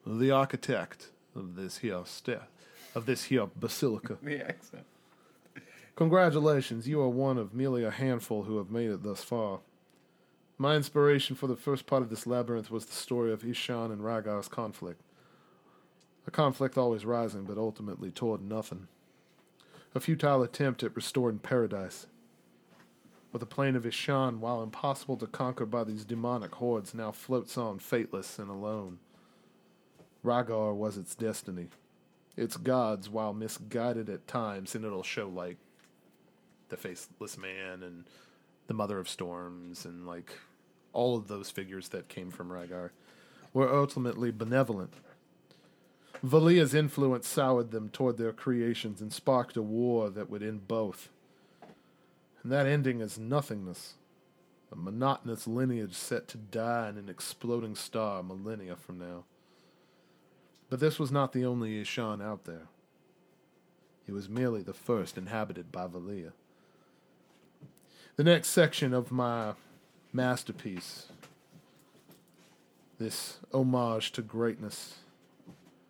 Speaker 3: the architect of this here sta of this here basilica.
Speaker 8: the accent?
Speaker 3: Congratulations, you are one of merely a handful who have made it thus far. My inspiration for the first part of this labyrinth was the story of Ishan and Rygar's conflict. a conflict always rising but ultimately toward nothing. A futile attempt at restoring paradise. But the plain of Ishan, while impossible to conquer by these demonic hordes, now floats on fateless and alone. Ragar was its destiny. Its gods, while misguided at times, and it'll show like the faceless man and the mother of storms and like all of those figures that came from Ragar were ultimately benevolent. Valia's influence soured them toward their creations and sparked a war that would end both. And that ending is nothingness, a monotonous lineage set to die in an exploding star millennia from now. But this was not the only Ishan out there. It was merely the first inhabited by Valia. The next section of my masterpiece, this homage to greatness,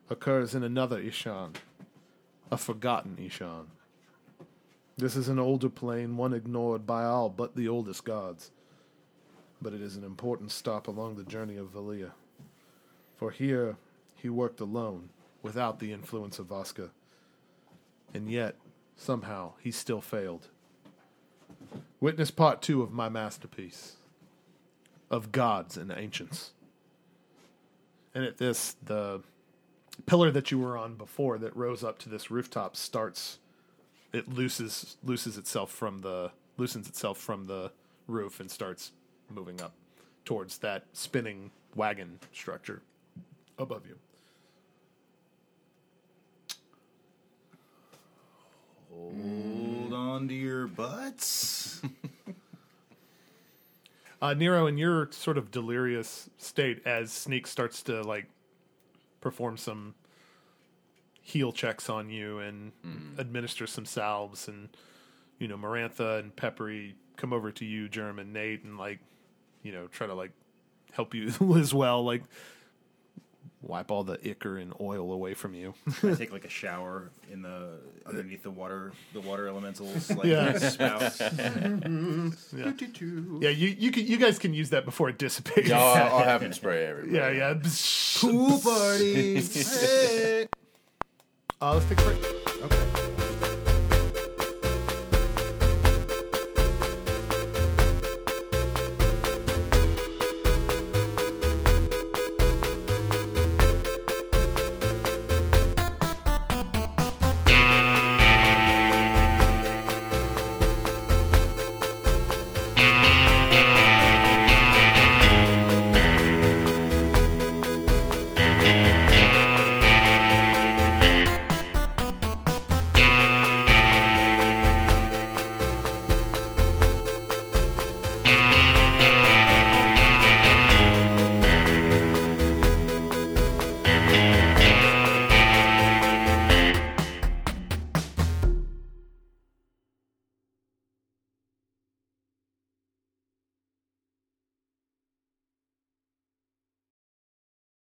Speaker 3: occurs in another Ishan, a forgotten Ishan. This is an older plane, one ignored by all but the oldest gods. But it is an important stop along the journey of Valia. For here, he worked alone, without the influence of Vasca. And yet, somehow, he still failed. Witness part two of my masterpiece of gods and ancients. And at this, the pillar that you were on before that rose up to this rooftop starts. It looses looses itself from the loosens itself from the roof and starts moving up towards that spinning wagon structure above you.
Speaker 5: Hold on to your butts.
Speaker 3: Uh, Nero, in your sort of delirious state, as Sneak starts to like perform some heal checks on you and administer some salves, and you know Marantha and Peppery come over to you, Germ and Nate, and like you know try to like help you as well, like wipe all the ichor and oil away from you.
Speaker 5: I take like a shower in the underneath the water, the water elementals. Like,
Speaker 3: Yeah.
Speaker 5: spout.
Speaker 3: yeah, you you can, you guys can use that before it dissipates.
Speaker 8: Yeah, I'll, I'll have him spray everybody.
Speaker 3: yeah, yeah.
Speaker 7: Pool party. Hey.
Speaker 3: Uh, let's take a break.
Speaker 5: Okay.